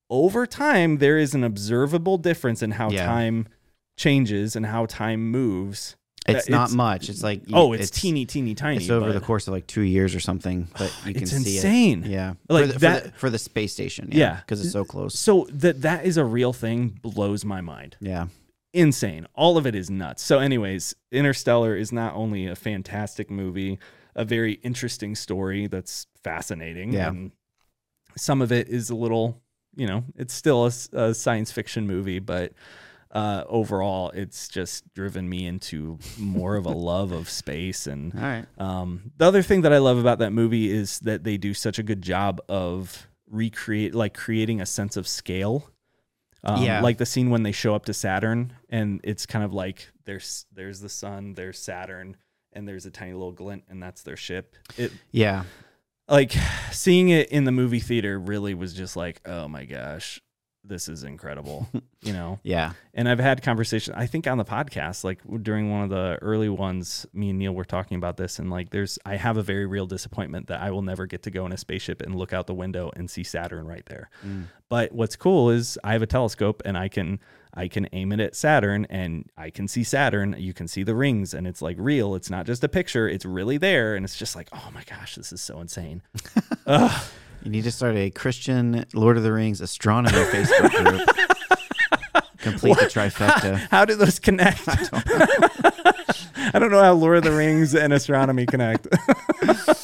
over time there is an observable difference in how
Yeah.
time changes and how time moves
It's
that-
not
it's-
much. It's like
oh it's, teeny teeny tiny
It's over
but
the course of like two years or something, but you can
it's
see
insane
it. Yeah,
Like
for, the,
that-
for, the, for the space station.
Yeah.
Yeah, because it's so close.
so that that is a real thing blows my mind
Yeah,
insane. All of it is nuts. So, anyways, Interstellar is not only a fantastic movie, a very interesting story that's fascinating.
Yeah.
And some of it is a little, you know, it's still a, s- a science fiction movie, but uh, overall, it's just driven me into more of a love of space and
all right.
um, the other thing that I love about that movie is that they do such a good job of recreate, like creating a sense of scale. Um,
Yeah.
Like the scene when they show up to Saturn, and it's kind of like there's there's the sun, there's Saturn, and there's a tiny little glint, and that's their ship. It
Yeah,
like seeing it in the movie theater really was just like, oh my gosh, this is incredible, you know
yeah,
and I've had conversation. I think on the podcast, like during one of the early ones, me and Neil were talking about this, and like, there's I have a very real disappointment that I will never get to go in a spaceship and look out the window and see Saturn right there.
Mm.
But what's cool is I have a telescope and I can I can aim it at Saturn and I can see Saturn. You can see the rings, and it's like real. It's not just a picture. It's really there, and it's just like, oh my gosh, this is so insane. Ugh.
You need to start a Christian Lord of the Rings astronomy Facebook group. Complete the trifecta.
How do those connect? I don't know, how Lord of the Rings and astronomy connect.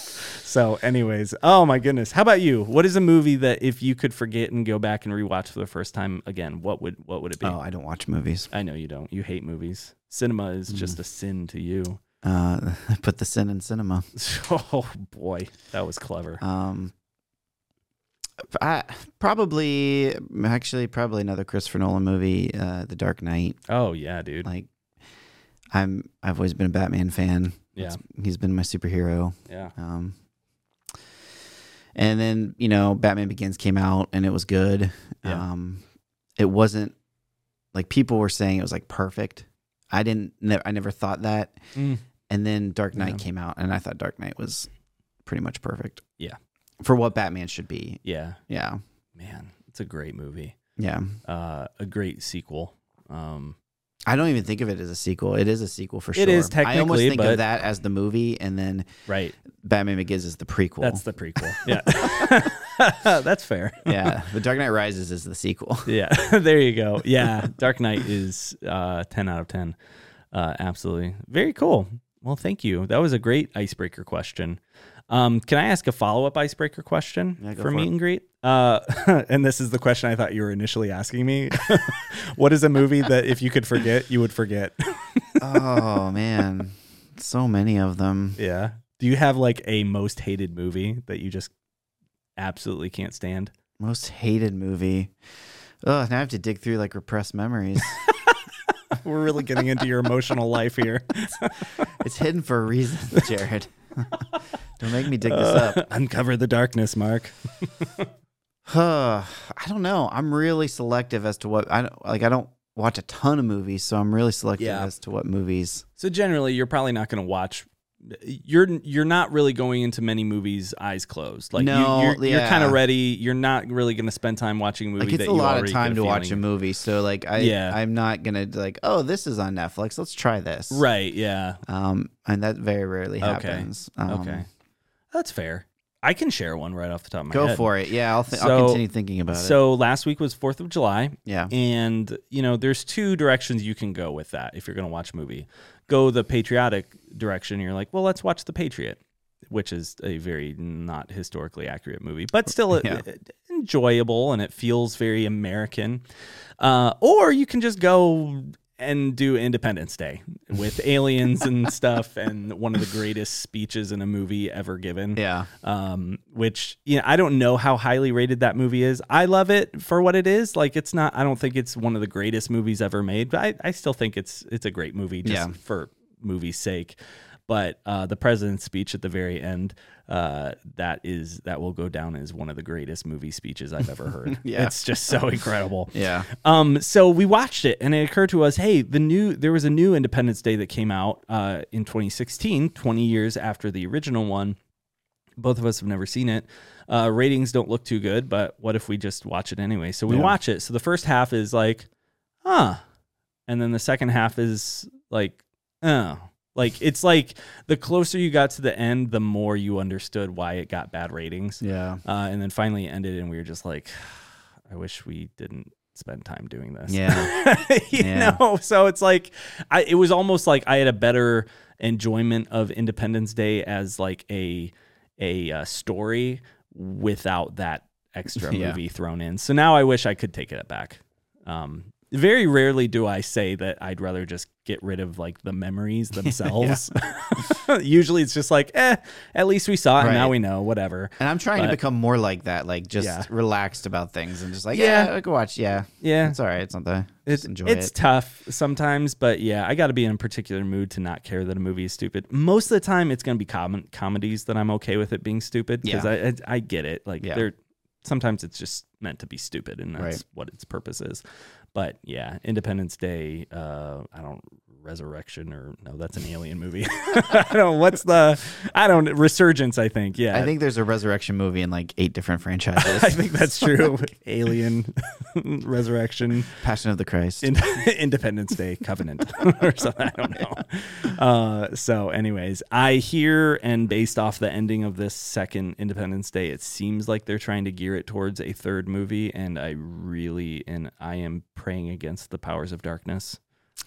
so, anyways, oh my goodness. How about you? What is a movie that if you could forget and go back and rewatch for the first time again, what would what would it be?
Oh, I don't watch movies.
I know you don't. You hate movies. Cinema is just a sin to you.
Uh, I put the sin in cinema.
Oh boy, that was clever.
Um, I, probably, actually, probably another Christopher Nolan movie, uh, The Dark Knight.
Oh yeah, dude.
Like, I'm I've always been a Batman fan.
Yeah,
He's been my superhero.
yeah.
Um, and then you know, Batman Begins came out and it was good.
Yeah.
Um, it wasn't like people were saying it was like perfect. I didn't. Ne- I never thought that.
Mm.
And then Dark Knight
Yeah.
came out, and I thought Dark Knight was pretty much perfect.
Yeah.
For what Batman should be.
Yeah,
Yeah.
man, it's a great movie.
Yeah.
Uh, a great sequel. Um,
I don't even think of it as a sequel. It is a sequel for sure.
It is
I almost
technically,
think
but-
of that as the movie, and then
right.
Batman Begins is the prequel.
That's the prequel. Yeah. That's fair.
yeah. The Dark Knight Rises is the sequel.
Yeah. there you go. Yeah. Dark Knight is uh, 10 out of 10. Uh, absolutely. Very cool. Well, thank you. That was a great icebreaker question. Um, can I ask a follow up icebreaker question
Yeah, go
for
for
meet
it.
and greet? Uh, and this is the question I thought you were initially asking me. what is a movie that if you could forget, you would forget?
oh man, so many of them.
yeah. Do you have like a most hated movie that you just absolutely can't stand?
Most hated movie. Oh, now I have to dig through like repressed memories.
We're really getting into your emotional life here.
it's hidden for a reason, Jared. Don't make me dig this
Uh,
up.
Uncover the darkness, Mark.
Huh, I don't know. I'm really selective as to what I don't like. I don't watch a ton of movies, so I'm really selective
Yeah.
as to what movies.
So generally, you're probably not going to watch. You're you're not really going into many movies eyes closed. Like
No,
you, you're, you're
yeah.
kind of ready. You're not really going to spend time watching a movie.
Like it's
that
a
you
lot of
already
time
get
to watch a
feeling-
movie, so like I,
Yeah.
I'm not gonna like, oh, this is on Netflix. Let's try this.
Right? Yeah.
Um, and that very rarely
Okay.
happens. Um,
okay. That's fair. I can share one right off the top of my
Go
head.
for it. Yeah, I'll, th-
So-
I'll continue thinking about it.
So last week was Fourth of July,
Yeah.
and you know there's two directions you can go with that if you're going to watch a movie go the patriotic direction you're like well let's watch the patriot which is a very not historically accurate movie but still
Yeah.
uh, enjoyable and it feels very american uh, or you can just go and do Independence Day with aliens and stuff, and one of the greatest speeches in a movie ever given.
Yeah.
Um, which you know, I don't know how highly rated that movie is. I love it for what it is. Like, it's not. I don't think it's one of the greatest movies ever made, but I, I still think it's it's a great movie just
Yeah.
for movie's sake. But uh, the president's speech at the very end, uh, that is that will go down as one of the greatest movie speeches I've ever heard.
Yeah.
It's just so incredible.
Yeah.
Um, so we watched it, and it occurred to us, hey, the new there was a new Independence Day that came out uh, in 2016, 20 years after the original one. Both of us have never seen it. Uh, ratings don't look too good, but what if we just watch it anyway? So we
Yeah.
watch it. So the first half is like, huh, and then the second half is like, oh. Like it's like the closer you got to the end, the more you understood why it got bad ratings.
Yeah.
Uh, and then finally it ended, and we were just like, I wish we didn't spend time doing this.
Yeah.
you
Yeah.
know, so it's like, I, it was almost like I had a better enjoyment of Independence Day as like a, a uh, story without that extra
Yeah.
movie thrown in. So now I wish I could take it back. Um, very rarely do I say that I'd rather just get rid of like the memories themselves. Usually it's just like, eh, at least we saw it and now
Right.
we know, whatever.
And I'm trying
But-
to become more like that, like just
Yeah.
relaxed about things and just like,
Yeah.
yeah, I can watch. Yeah.
Yeah.
It's all right. It's not that.
It's,
Just enjoy
it's
it.
tough sometimes, but yeah, I got to be in a particular mood to not care that a movie is stupid. Most of the time, it's going to be com- comedies that I'm okay with it being stupid because I, I I get it. Like
Yeah.
they're sometimes it's just meant to be stupid, and that's
Right.
what its purpose is. But yeah, Independence Day. Uh, I don't Resurrection or no, that's an alien movie. I don't. What's the? I don't Resurgence. I think. Yeah,
I think there's a resurrection movie in like eight different franchises.
I think that's true. alien, Resurrection.
Passion of the Christ.
In- Independence Day Covenant or something. I don't know. Uh, so, anyways, I hear and based off the ending of this second Independence Day, it seems like they're trying to gear it towards a third movie, and I really and I am praying against the powers of darkness.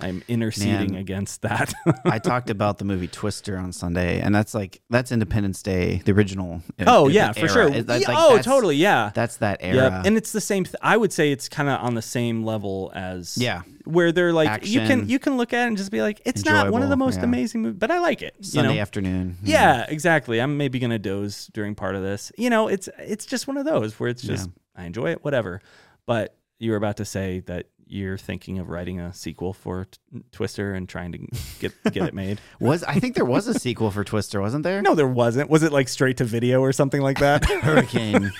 I'm interceding
Man.
against that.
I talked about the movie Twister on Sunday, and that's like that's Independence Day, the original. uh,
oh
uh,
yeah, for
era.
sure.
It- that's,
Yeah,
like,
oh
that's-
totally, yeah.
That's that
Yeah,
era.
and it's the same. Th- I would say it's kind of on the same level as
Yeah.
where they're like you can
Action.
you can look at it and just be like it's not one of the
Enjoyable,
most
yeah.
amazing movies, but I like it. you
Sunday
know?
afternoon.
Yeah, exactly. I'm maybe gonna doze during part of this. You know, it's it's just one of those where it's just I enjoy it, whatever. But you were about to say that you're thinking of writing a sequel for t- Twister and trying to get get it made.
Was I think there was a sequel for Twister, wasn't there?
No, there wasn't. Was it like straight to video or something like that?
Hurricane.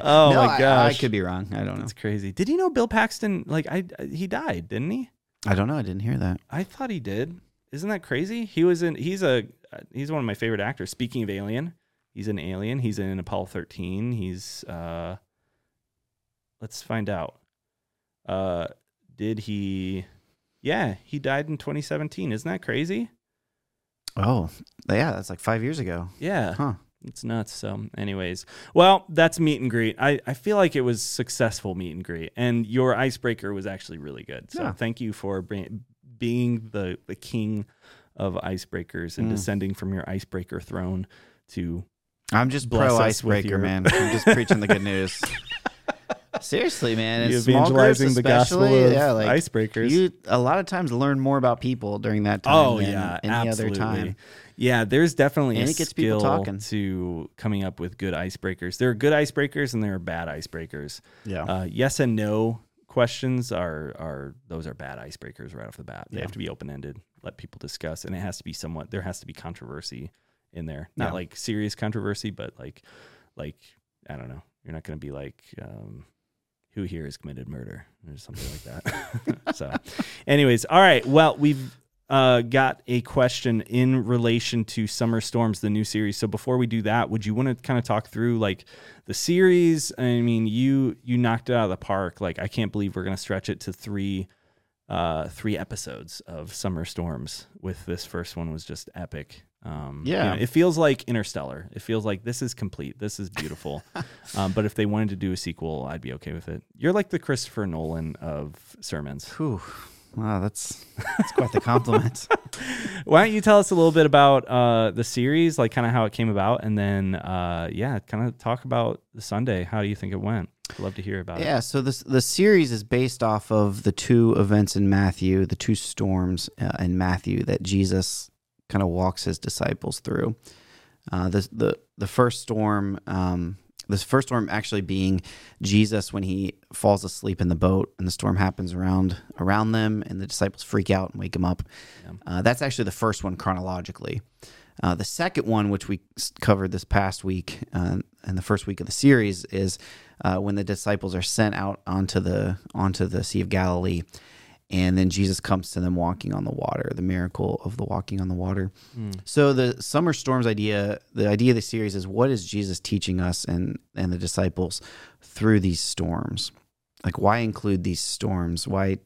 Oh
No,
my
I- I,
gosh.
could be wrong. I don't know.
That's crazy. Did you know Bill Paxton? Like I, he died, didn't he?
I don't know. I didn't hear that.
I thought he did. Isn't that crazy? He was in. He's a. He's one of my favorite actors. Speaking of Alien, he's an Alien. He's in Apollo thirteen. He's. uh Let's find out. Uh Did he? Yeah, he died in 2017. Isn't that crazy?
Oh, yeah, that's like five years ago.
Yeah.
Huh.
It's nuts. So, anyways, well, that's meet and greet. I, I feel like it was successful meet and greet, and your icebreaker was actually really good. So,
Yeah.
thank you for bring, being the the king of icebreakers and
Mm.
descending from your icebreaker throne to
I'm just
Bless
pro
us with
icebreaker,
your-
man. I'm just preaching the good news. Seriously, man, it's small groups
evangelizing the gospel
especially,
of
yeah, like
icebreakers.
you a lot of times learn more about people during that time.
Oh
than
yeah,
any
absolutely.
other time.
Yeah, there's definitely
And
a
it gets
skill
people talking.
to coming up with good icebreakers. There are good icebreakers and there are bad icebreakers.
Yeah.
Uh, yes and no questions are are those are bad icebreakers right off the bat. They
Yeah.
have to be open ended, let people discuss, and it has to be somewhat. There has to be controversy in there, not
Yeah.
like serious controversy, but like like I don't know. You're not going to be like. Um, who here has committed murder or something like that. so, anyways, all right. Well, we've uh, got a question in relation to Summer Storms, the new series. So before we do that, would you want to kind of talk through like the series? I mean, you you knocked it out of the park. Like, I can't believe we're gonna stretch it to three uh three episodes of summer storms with this first one was just epic um you
Yeah.
know, it feels like interstellar it feels like this is complete this is beautiful um, but if they wanted to do a sequel, I'd be okay with it. You're like the Christopher Nolan of sermons.
Whew. Wow, that's that's quite the compliment.
Why don't you tell us a little bit about uh, the series, like kind of how it came about, and then uh, yeah, kind of talk about the Sunday. How do you think it went? Love to hear about it.
Yeah, so this the series is based off of the two events in Matthew, the two storms uh, in Matthew that Jesus kind of walks his disciples through. Uh, the the the first storm, um, this first storm actually being Jesus when he falls asleep in the boat, and the storm happens around around them, and the disciples freak out and wake him up.
Yeah.
Uh, that's actually the first one chronologically. Uh, the second one, which we s- covered this past week uh, and the first week of the series, is uh, when the disciples are sent out onto the onto the Sea of Galilee, and then Jesus comes to them walking on the water, the miracle of the walking on the water.
Mm,
So the summer storms idea, the idea of the series is what is Jesus teaching us and and the disciples through these storms? Like why include these storms? Why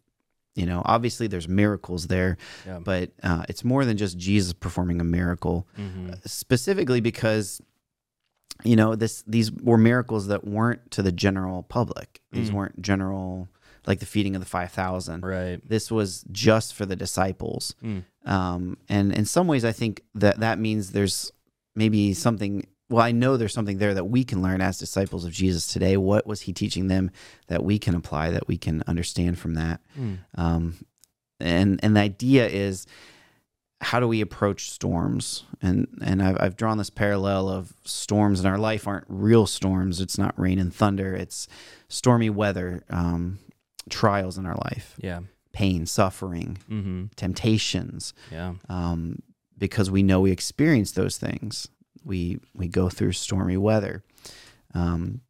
you know, obviously there's miracles there,
Yeah.
but uh, it's more than just Jesus performing a miracle
Mhm.
specifically because you know this these were miracles that weren't to the general public these
Mm.
weren't general like the feeding of the 5000
Right.
this was just for the disciples
Mm.
um, and in some ways i think that that means there's maybe something well i know there's something there that we can learn as disciples of jesus today what was he teaching them that we can apply that we can understand from that
Mm.
um, and and the idea is how do we approach storms and and I've, I've drawn this parallel of storms in our life aren't real storms it's not rain and thunder it's stormy weather um, trials in our life
Yeah.
pain suffering
Mm-hmm.
temptations
Yeah.
um, because we know we experience those things. We we go through stormy weather. Um,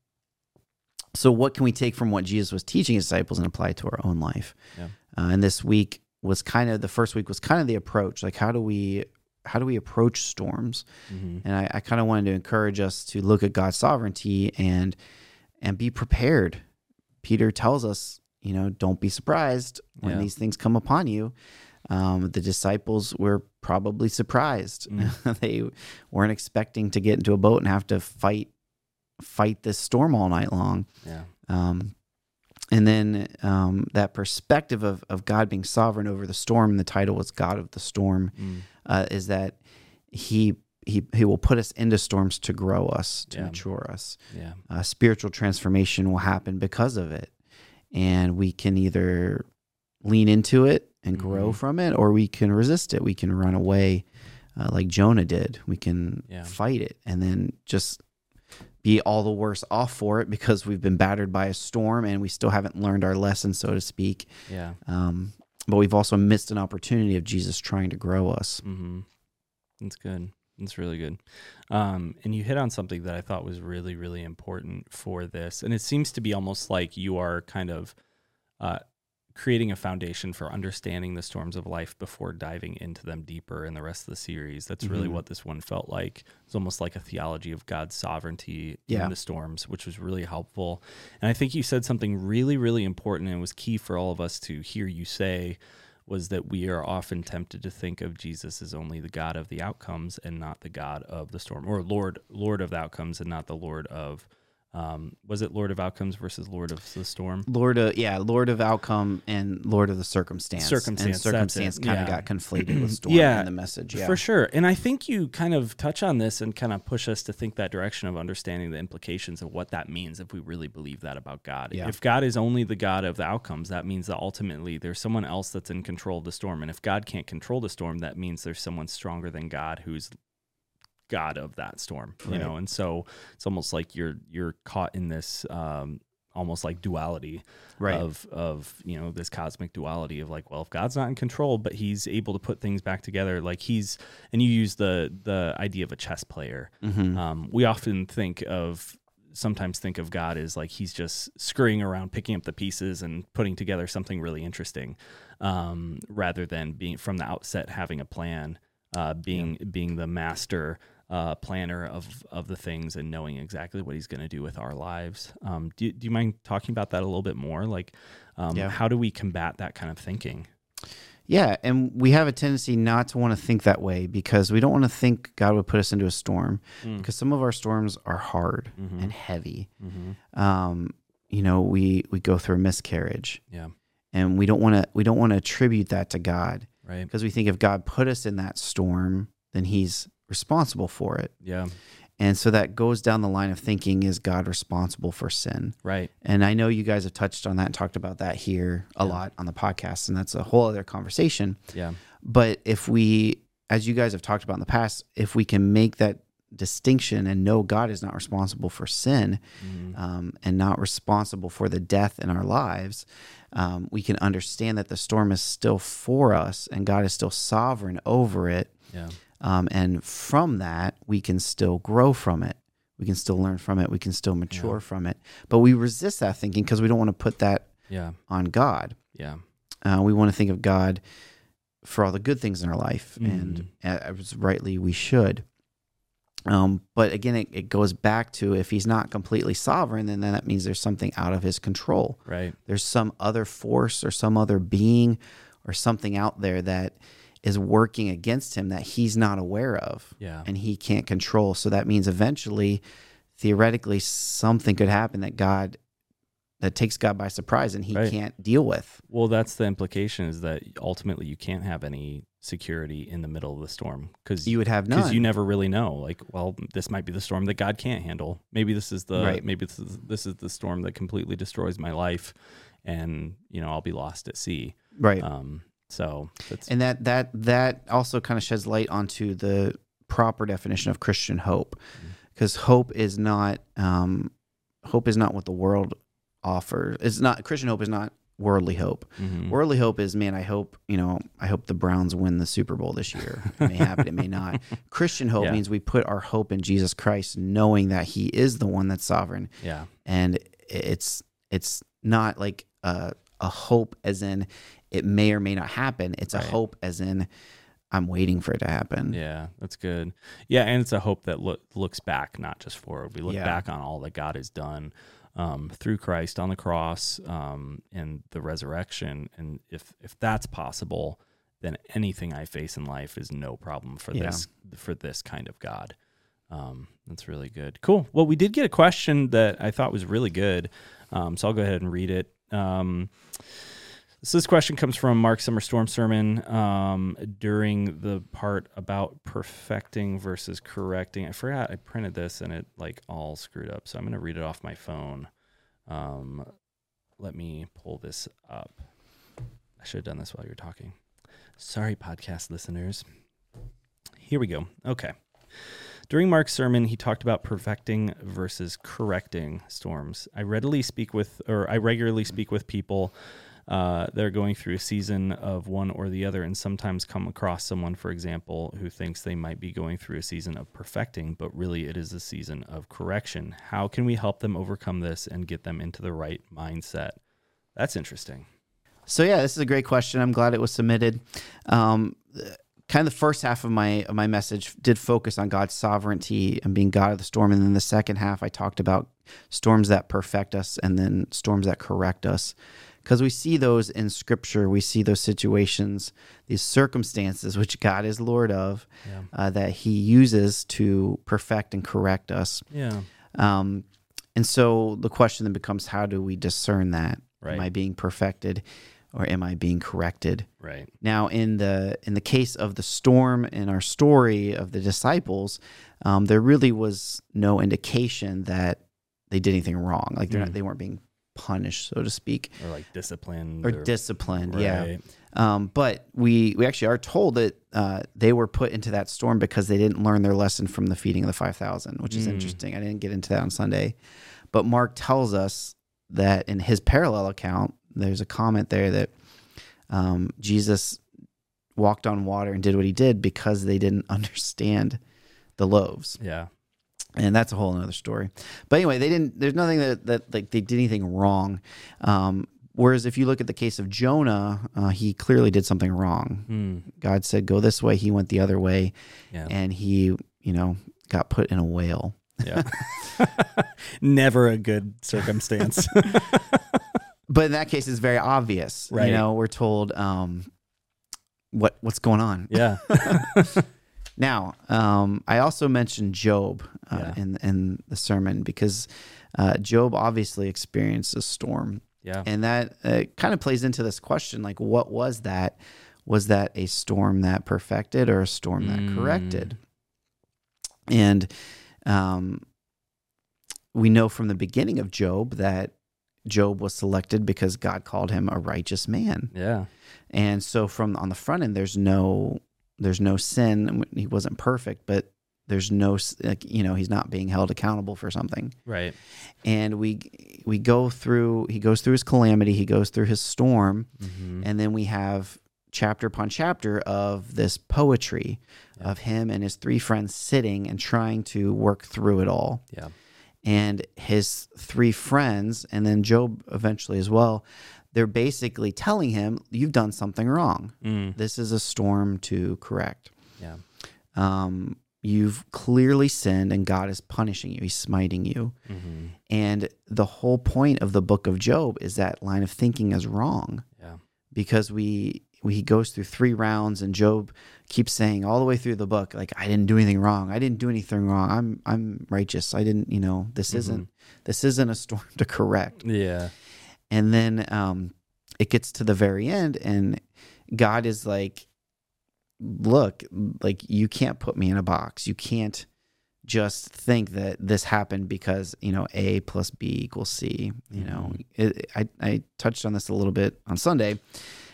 so what can we take from what Jesus was teaching his disciples and apply it to our own life?
Yeah.
Uh, and this week was kind of the first week was kind of the approach. Like how do we how do we approach storms?
Mm-hmm.
And I, I kind of wanted to encourage us to look at God's sovereignty and and be prepared. Peter tells us, you know, don't be surprised when
Yeah.
these things come upon you. Um, the disciples were probably surprised. they weren't expecting to get into a boat and have to fight fight this storm all night long.
Yeah.
Um, and then um, that perspective of, of God being sovereign over the storm, the title was God of the Storm
Mm.
uh, is that he he he will put us into storms to grow us, to
Yeah.
mature us.
Yeah.
Uh, spiritual transformation will happen because of it, and we can either lean into it and grow
Mhm.
from it, or we can resist it. We can run away, uh, like Jonah did. We can
Yeah.
fight it, and then just be all the worse off for it because we've been battered by a storm and we still haven't learned our lesson, so to speak.
Yeah.
Um, but we've also missed an opportunity of Jesus trying to grow us.
Mm-hmm. That's good. That's really good. Um, and you hit on something that I thought was really, really important for this. And it seems to be almost like you are kind of uh, creating a foundation for understanding the storms of life before diving into them deeper in the rest of the series. That's really
Mhm.
what this one felt like. It's almost like a theology of God's sovereignty
Yeah.
in the storms, which was really helpful. And I think you said something really, really important and was key for all of us to hear you say was that we are often tempted to think of Jesus as only the God of the outcomes and not the God of the storm, or Lord, Lord of the outcomes and not the Lord of, um, was it Lord of outcomes versus Lord of the storm?
Lord of yeah, Lord of outcome and Lord of the circumstance.
Circumstance,
and
that's
circumstance
it,
kind of
yeah.
got conflated with storm
Yeah,
in the message. Yeah,
For sure. And I think you kind of touch on this and kind of push us to think that direction of understanding the implications of what that means if we really believe that about God.
Yeah.
If God is only the God of the outcomes, that means that ultimately there's someone else that's in control of the storm. And if God can't control the storm, that means there's someone stronger than God who's God of that storm. You
Right.
know, and so it's almost like you're you're caught in this um almost like duality
right.
of of you know this cosmic duality of like well if god's not in control but he's able to put things back together like he's and you use the the idea of a chess player
Mhm.
um, we often think of sometimes think of god as like he's just scurrying around picking up the pieces and putting together something really interesting um, rather than being from the outset having a plan uh, being being the master uh, planner of of the things and knowing exactly what he's going to do with our lives. Um, do, do you mind talking about that a little bit more? Like, um,
Yeah.
how do we combat that kind of thinking?
Yeah, and we have a tendency not to want to think that way because we don't want to think God would put us into a storm
Mm.
because some of our storms are hard
Mhm.
and heavy.
Mm-hmm.
Um, you know, we we go through a miscarriage
Yeah.
and we don't want to we don't want to attribute that to God
Right.
because we think if God put us in that storm, then He's responsible for it.
Yeah.
And so that goes down the line of thinking is God responsible for sin?
Right.
And I know you guys have touched on that and talked about that here a
Yeah.
lot on the podcast, and that's a whole other conversation.
Yeah.
But if we, as you guys have talked about in the past, if we can make that distinction and know God is not responsible for sin
Mhm.
um, and not responsible for the death in our lives, um, we can understand that the storm is still for us and God is still sovereign over it.
Yeah.
Um, and from that, we can still grow from it. We can still learn from it. We can still mature from it. But we resist that thinking because we don't want to put that
Yeah.
on God.
Yeah.
Uh, we want to think of God for all the good things in our life, and
Mhm.
uh, as rightly we should. Um, but again, it, it goes back to if he's not completely sovereign, then that means there's something out of his control.
Right.
There's some other force or some other being or something out there that is working against him that he's not aware of
Yeah.
and he can't control. So that means eventually, theoretically, something could happen that God that takes God by surprise and he
Right.
can't deal with.
Well, that's the implication is that ultimately you can't have any security in the middle of the storm because
You would have
because
none.
you never really know. Like, well, this might be the storm that God can't handle. Maybe this is the
Right.
maybe this is, this is the storm that completely destroys my life, and you know I'll be lost at sea.
right.
Um, so that's
and that that that also kind of sheds light onto the proper definition of Christian hope,
Mm-hmm.
because hope is not um, hope is not what the world offers. It's not Christian hope is not worldly hope.
mhm.
Worldly hope is man. I hope you know. I hope the Browns win the Super Bowl this year. It may happen. It may not. Christian hope
Yeah.
means we put our hope in Jesus Christ, knowing that He is the one that's sovereign,
yeah,
and it's it's not like a, a hope as in it may or may not happen it's
Right.
a hope as in i'm waiting for it to happen
yeah, that's good. Yeah, and it's a hope that look, looks back, not just forward. We look
Yeah.
back on all that God has done um, through Christ on the cross um, and the resurrection, and if if that's possible, then anything I face in life is no problem for
Yeah.
this for this kind of God. Um, that's really good. Cool. Well, we did get a question that I thought was really good, um, so I'll go ahead and read it. Um, So this question comes from Mark Summer Storm sermon um, during the part about perfecting versus correcting. I forgot I printed this and it like all screwed up, so I'm gonna read it off my phone. Um, let me pull this up. I should have done this while you were talking. Sorry, podcast listeners. Here we go. Okay. During Mark's sermon, he talked about perfecting versus correcting storms. I readily speak with, or I regularly speak with people uh, that are going through a season of one or the other, and sometimes come across someone, for example, who thinks they might be going through a season of perfecting, but really it is a season of correction. How can we help them overcome this and get them into the right mindset? That's interesting.
so yeah this is a great question i'm glad it was submitted um, th- kind of the first half of my of my message did focus on god's sovereignty and being god of the storm and then the second half i talked about storms that perfect us and then storms that correct us because we see those in scripture we see those situations these circumstances which god is lord of
Yeah.
uh, that he uses to perfect and correct us.
Yeah.
Um, and so the question then becomes how do we discern that?
Right.
Am I being perfected or am I being corrected?
Right.
Now, in the in the case of the storm in our story of the disciples, um, there really was no indication that they did anything wrong. Like they're
Mm.
not, they weren't being punished, so to speak,
Or like discipline.
or disciplined. Yeah.
Right.
Um, but we we actually are told that uh, they were put into that storm because they didn't learn their lesson from the feeding of the five thousand, which is
Mm.
interesting. I didn't get into that on Sunday, but Mark tells us that in his parallel account, there's a comment there that um, Jesus walked on water and did what he did because they didn't understand the loaves
Yeah.
and that's a whole another story. But anyway, they didn't. There's nothing that that like they did anything wrong. Um, whereas if you look at the case of Jonah, uh, he clearly did something wrong.
Hmm.
God said go this way, he went the other way,
Yeah.
and he you know got put in a whale.
Yeah. Never a good circumstance.
But in that case, it's very obvious.
Right.
You know, we're told um, what what's going on.
yeah.
Now, um, I also mentioned Job uh,
Yeah.
in in the sermon because uh, Job obviously experienced a storm.
Yeah.
And that uh, kind of plays into this question like, what was that? Was that a storm that perfected or a storm that
Mm.
corrected? And Um, we know from the beginning of Job that Job was selected because God called him a righteous man.
Yeah.
And so from on the front end, there's no there's no sin. He wasn't perfect, but there's no s- like you know he's not being held accountable for something.
Right.
And we we go through he goes through his calamity, he goes through his storm,
Mm-hmm.
and then we have chapter upon chapter of this poetry
Yeah.
of him and his three friends sitting and trying to work through it all
Yeah.
and his three friends, and then Job eventually as well, they're basically telling him, You've done something wrong.
Mm.
This is a storm to correct.
Yeah.
Um, you've clearly sinned, and God is punishing you, He's smiting you.
Mm-hmm.
And the whole point of the book of Job is that line of thinking is wrong
Yeah.
because we. we- He goes through three rounds, and Job keeps saying all the way through the book, like, "I didn't do anything wrong. I didn't do anything wrong. I'm, I'm righteous. I didn't, you know, this
Mhm.
isn't, this isn't a storm to correct."
Yeah.
And then um, it gets to the very end, and God is like, Look, like, you can't put me in a box. You can't just think that this happened because, you know, A plus B equals C. You know, it, I, I touched on this a little bit on Sunday.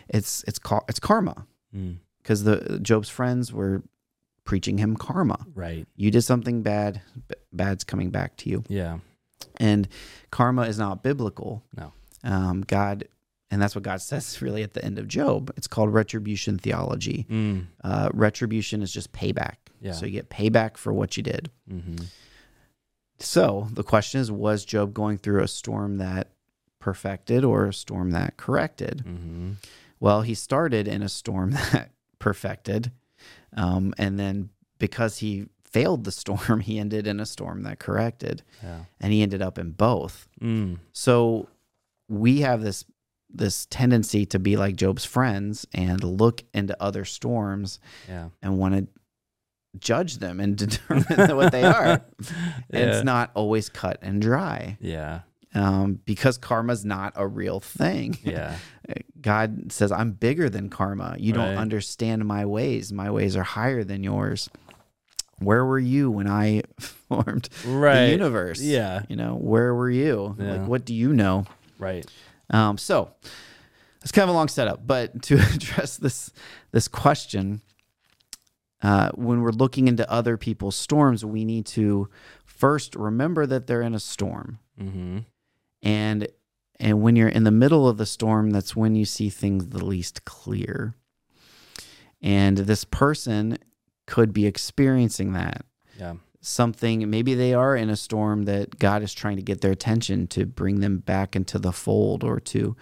It's, it's, ca- it's karma
Mm.
because the Job's friends were preaching him karma.
Right.
You did something bad, b- bad's coming back to you
Yeah.
and karma is not biblical.
No.
um, God, and that's what God says really at the end of Job. It's called retribution theology.
Mm.
Uh, retribution is just payback.
Yeah.
So you get payback for what you did.
Mm-hmm.
So the question is, was Job going through a storm that perfected or a storm that corrected?
Mm-hmm.
Well, he started in a storm that perfected, um, and then because he failed the storm, he ended in a storm that corrected,
Yeah.
and he ended up in both.
Mm.
So we have this this tendency to be like Job's friends and look into other storms
Yeah.
and want to judge them and determine what they are. And
Yeah.
it's not always cut and dry
Yeah.
um, because karma's not a real thing.
Yeah.
God says, I'm bigger than karma. You don't
Right.
understand my ways. My ways are higher than yours. Where were you when I formed
Right.
the universe?
Yeah.
You know, where were you?
Yeah.
Like, what do you know?
Right.
Um, so it's kind of a long setup, but to address this this question, uh, when we're looking into other people's storms, we need to first remember that they're in a storm,
Mm-hmm.
and and when you're in the middle of the storm, that's when you see things the least clear. And this person could be experiencing that
Yeah.
something maybe they are in a storm that god is trying to get their attention to bring them back into the fold or to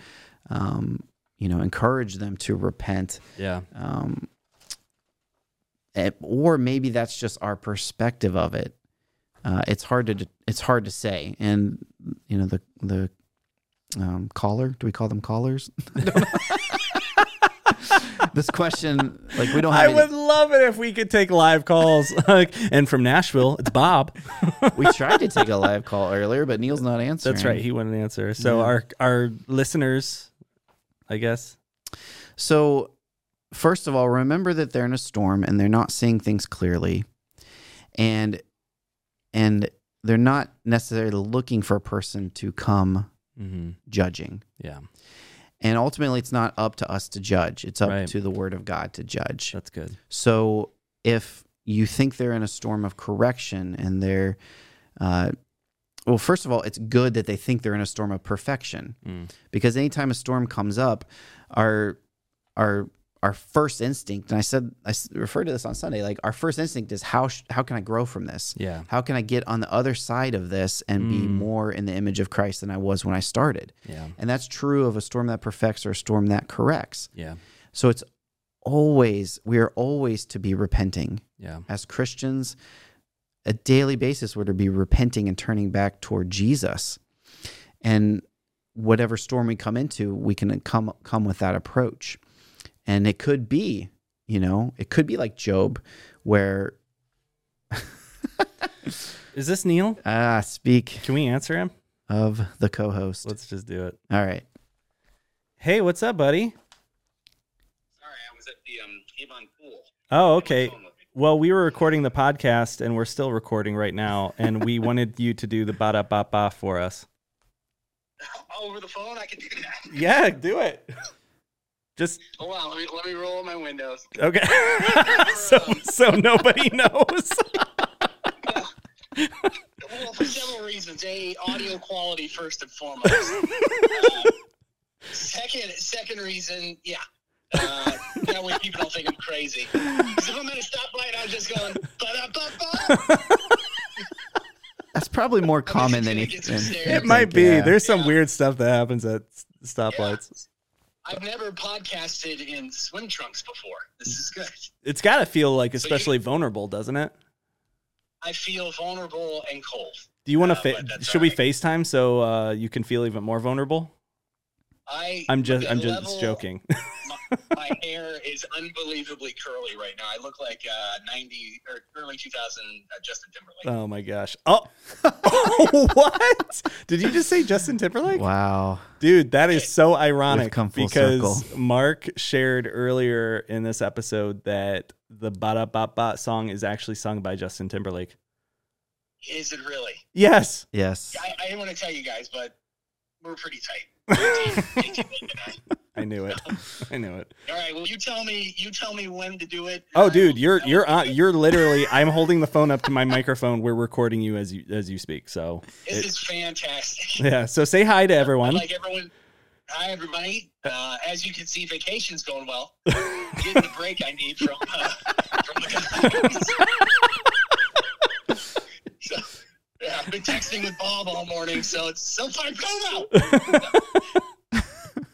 um, you know encourage them to repent
Yeah.
um, eh, or maybe that's just our perspective of it uh, it's hard to it's hard to say and you know the the um, caller do we call them callers I don't know. this question like we don't have
I
any-
would love it if we could take live calls. Like, and from Nashville, it's Bob.
we tried to take a live call earlier but neil's not answering
That's right. He wouldn't answer. So our our listeners, I guess.
So, first of all, remember that they're in a storm and they're not seeing things clearly, and and they're not necessarily looking for a person to come
Mm-hmm.
judging.
Yeah.
And ultimately, it's not up to us to judge; it's up
Right.
to the Word of God to judge.
That's good.
So, if you think they're in a storm of correction and they're uh, well, first of all, it's good that they think they're in a storm of perfection
Mm.
because anytime a storm comes up, our our our first instinct, and I said I s- referred to this on Sunday, like our first instinct is how sh- how can I grow from this?
Yeah.
How can I get on the other side of this and be
Mm.
more in the image of Christ than I was when I started?
Yeah.
And that's true of a storm that perfects or a storm that corrects.
Yeah.
So it's always we are always to be repenting
Yeah.
as Christians, a daily basis were to be repenting and turning back toward Jesus. And whatever storm we come into, we can come come with that approach. And it could be, you know, it could be like Job, where
Is this Neil?
ah, speak
Can we answer him?
of the co-host.
Let's just do it.
All right.
Hey, what's up, buddy?
Sorry, I was at the um, Avon pool.
Oh, okay.
Phone with me.
Well, we were recording the podcast and we're still recording right now, and we wanted you to do the ba da ba ba for us.
Over the phone, I can do that.
Yeah, do it. Just
Hold on, let me let me roll my windows.
okay. so so nobody knows.
Well, for several reasons. A, audio quality first and foremost. Uh, second, second reason, yeah. Uh, that way people don't think I'm crazy. 'Cause if I'm at a stoplight, I'm just going. ba-da-ba-ba.
That's probably more common than
gonna
you
get some
than-
stares.
I
It
It
think,
might be.
yeah.
There's some weird stuff that happens at s- stoplights.
I've never podcasted in swim trunks before. This is good.
It's got to feel like
So you-
especially vulnerable, doesn't it?
I feel vulnerable and cold.
Do you want to?
Uh,
fa-
but that's
should we
all right.
FaceTime so uh, you can feel even more vulnerable?
I
I'm just
the
I'm just
level-
joking.
my hair is unbelievably curly right now. I look like uh, 90 or early 2000 uh, Justin Timberlake.
oh my gosh. Oh. oh, what? Did you just say Justin Timberlake?
Wow.
Dude, that is so ironic
We've come full
because Mark shared earlier in this episode that the ba da ba ba song is actually sung by Justin Timberlake.
Is it really?
Yes.
Yes.
I, I didn't want to tell you guys, but we're pretty tight.
I knew it. I knew it.
All right. Well, you tell me. You tell me when to do it.
Oh, dude, you're you're on, you're literally. I'm holding the phone up to my microphone. We're recording you as you as you speak. So
This
it-
is fantastic.
yeah. So say hi to everyone.
Like everyone. Hi, everybody. Uh, as you can see, vacation's going well. Getting the break I need from uh, from the guys. so, yeah, I've been texting with Bob all morning, so it's so far going well.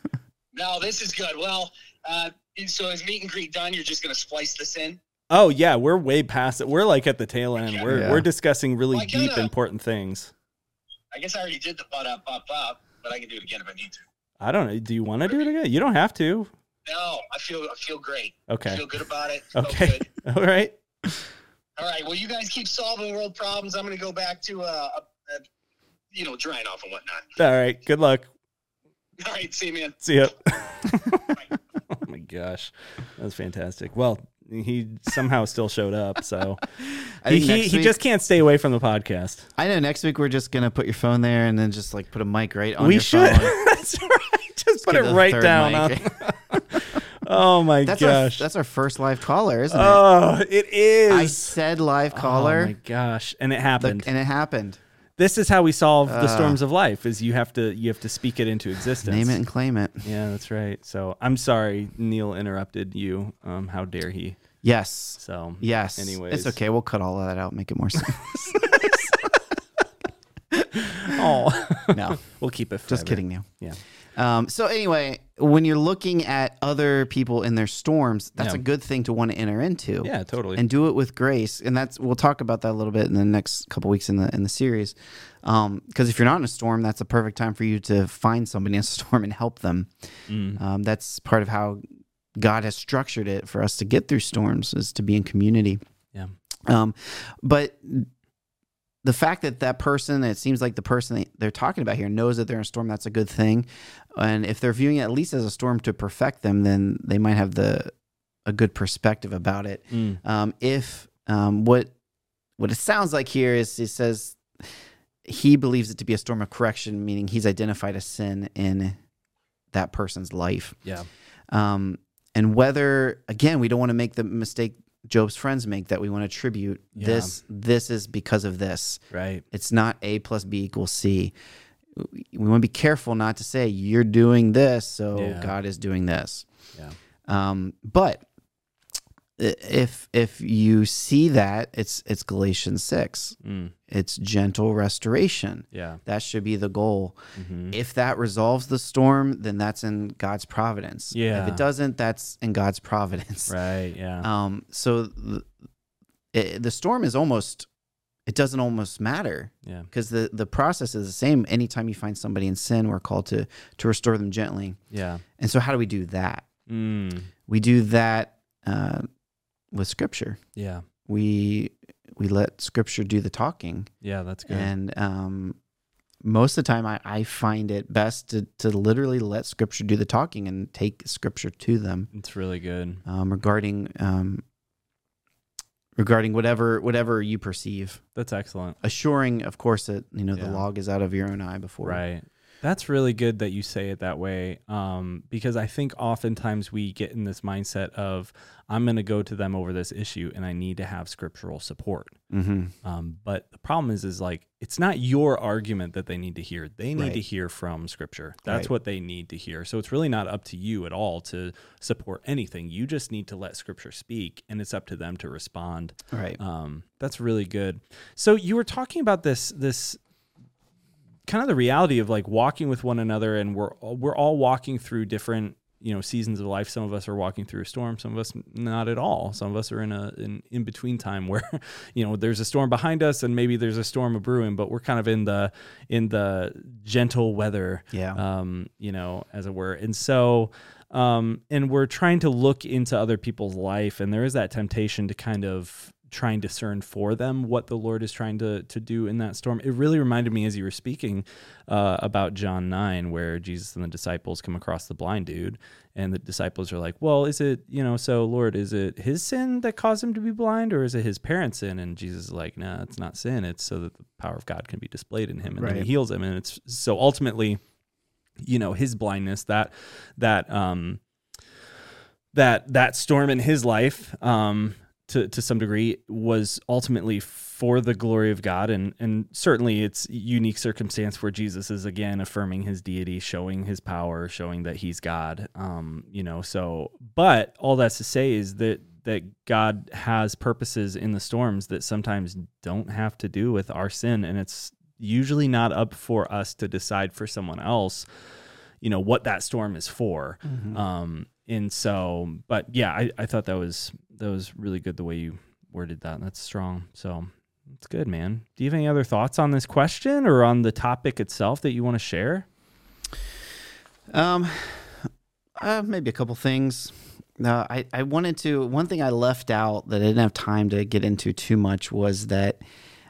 no, this is good. Well, uh, so is meet and greet done? You're just gonna splice this in.
Oh yeah, we're way past it. We're like at the tail end. We're
Yeah.
we're discussing really
Like,
deep,
uh,
important things.
I guess I already did the butt up, up, up, but I can do it again if I need to.
I don't know. Do you want to do it again? You don't have to.
No, I feel I feel great. I
Okay.
feel good about it. Feel
Okay.
good.
All right.
All right. Well, you guys keep solving world problems. I'm going to go back to, uh, uh, you know, drying off and whatnot.
All right. Good luck.
All right. See you, man.
See ya. oh my gosh, that was fantastic. Well, he somehow still showed up. So
I
he
think
he,
next
he
week-
just can't stay away from the podcast.
I know next week we're just gonna put your phone there and then just like put a mic right on
we
your
should.
phone.
That's right. Just put
Get
it
the
right
third
down. On,
mic.
oh my
that's
gosh.
our that's our first live caller, isn't it?
oh, it
I
is.
said live
Oh my
caller,
gosh, and it
the-
happened.
and it happened.
this is how we solve the
Uh.
storms of life: is you have to you have to speak it into existence.
Name it and claim it.
Yeah, that's right. So I'm sorry, Neil interrupted you. Um, how dare he?
Yes,
So
yes.
Anyways.
it's okay. We'll cut all of that out, make it more sense.
Oh,
no,
we'll keep it.
just
forever.
kidding, Neil.
Yeah.
Um, so anyway, when you're looking at other people in their storms, that's
Yeah.
a good thing to want to enter into.
Yeah, totally.
and do it with grace and that's we'll talk about that a little bit in the next couple weeks in the in the series because if you're not in a storm that's a perfect time for you to find somebody in a storm and help them
Mm.
um, that's part of how god has structured it for us to get through storms is to be in community
Yeah.
um, but the fact that that person it seems like the person that they're talking about here knows that they're in a storm that's a good thing and if they're viewing it at least as a storm to perfect them then they might have the a good perspective about it
Mm.
um, if um, what what it sounds like here is he says he believes it to be a storm of correction, meaning he's identified a sin in that person's life.
Yeah.
Um, and whether again, we don't want to make the mistake Job's friends make that we want to attribute
Yeah.
this. This is because of this.
Right.
It's not a plus b equals c. We want to be careful not to say you're doing this, so
Yeah.
God is doing this.
Yeah.
Um, but i- if if you see that, it's it's Galatians six.
Mm.
It's gentle restoration.
Yeah.
That should be the goal.
Mhm.
If that resolves the storm, then that's in God's providence.
Yeah.
If it doesn't, that's in God's providence.
Right. Yeah.
Um, so the, it, the storm is almost, it doesn't almost matter
yeah.
because the, the process is the same. Anytime you find somebody in sin, we're called to, to restore them gently.
Yeah.
And so, how do we do that?
Mm.
We do that uh, with scripture.
Yeah.
We, we let scripture do the talking.
Yeah. That's good.
And um, most of the time, I, I find it best to, to literally let scripture do the talking and take scripture to them
it's really good.
um, regarding um, regarding whatever whatever you perceive.
That's excellent.
Assuring, of course, that you know
Yeah.
the log is out of your own eye before.
Right. That's really good that you say it that way. Um, because I think oftentimes we get in this mindset of, I'm going to go to them over this issue and I need to have scriptural support.
Mm-hmm.
Um, but the problem is, is like, it's not your argument that they need to hear. They need
Right.
to hear from scripture. That's
Right.
what they need to hear. So it's really not up to you at all to support anything. You just need to let scripture speak and it's up to them to respond.
Right.
Um, that's really good. So you were talking about this this kind of the reality of like walking with one another, and we're all- we're all walking through different you know seasons of life. Some of us are walking through a storm, some of us not at all. Some of us are in a in in between time where you know there's a storm behind us, and maybe there's a storm of brewing, but we're kind of in the in the gentle weather
Yeah.
um, you know, as it were. And so, um, and we're trying to look into other people's life, and there is that temptation to kind of try and discern for them what the Lord is trying to to do in that storm. It really reminded me as you were speaking uh, about John nine, where Jesus and the disciples come across the blind dude, and the disciples are like, "Well, is it you know? So Lord, is it his sin that caused him to be blind, or is it his parents' sin?" And Jesus is like, "No, it's not sin. It's so that the power of God can be displayed in him, and then
Right.
he heals him." And it's so ultimately you know his blindness that that um that that storm in his life um to to some degree was ultimately for the glory of God and and certainly it's unique circumstance where Jesus is again affirming his deity showing his power showing that he's God um you know so but all that's to say is that that God has purposes in the storms that sometimes don't have to do with our sin and it's usually not up for us to decide for someone else you know what that storm is for
Mm-hmm.
um and so but yeah I, I thought that was that was really good the way you worded that that's strong so it's good man do you have any other thoughts on this question or on the topic itself that you want to share
Um, uh, maybe a couple things. Uh, I, I wanted to, one thing I left out that I didn't have time to get into too much was that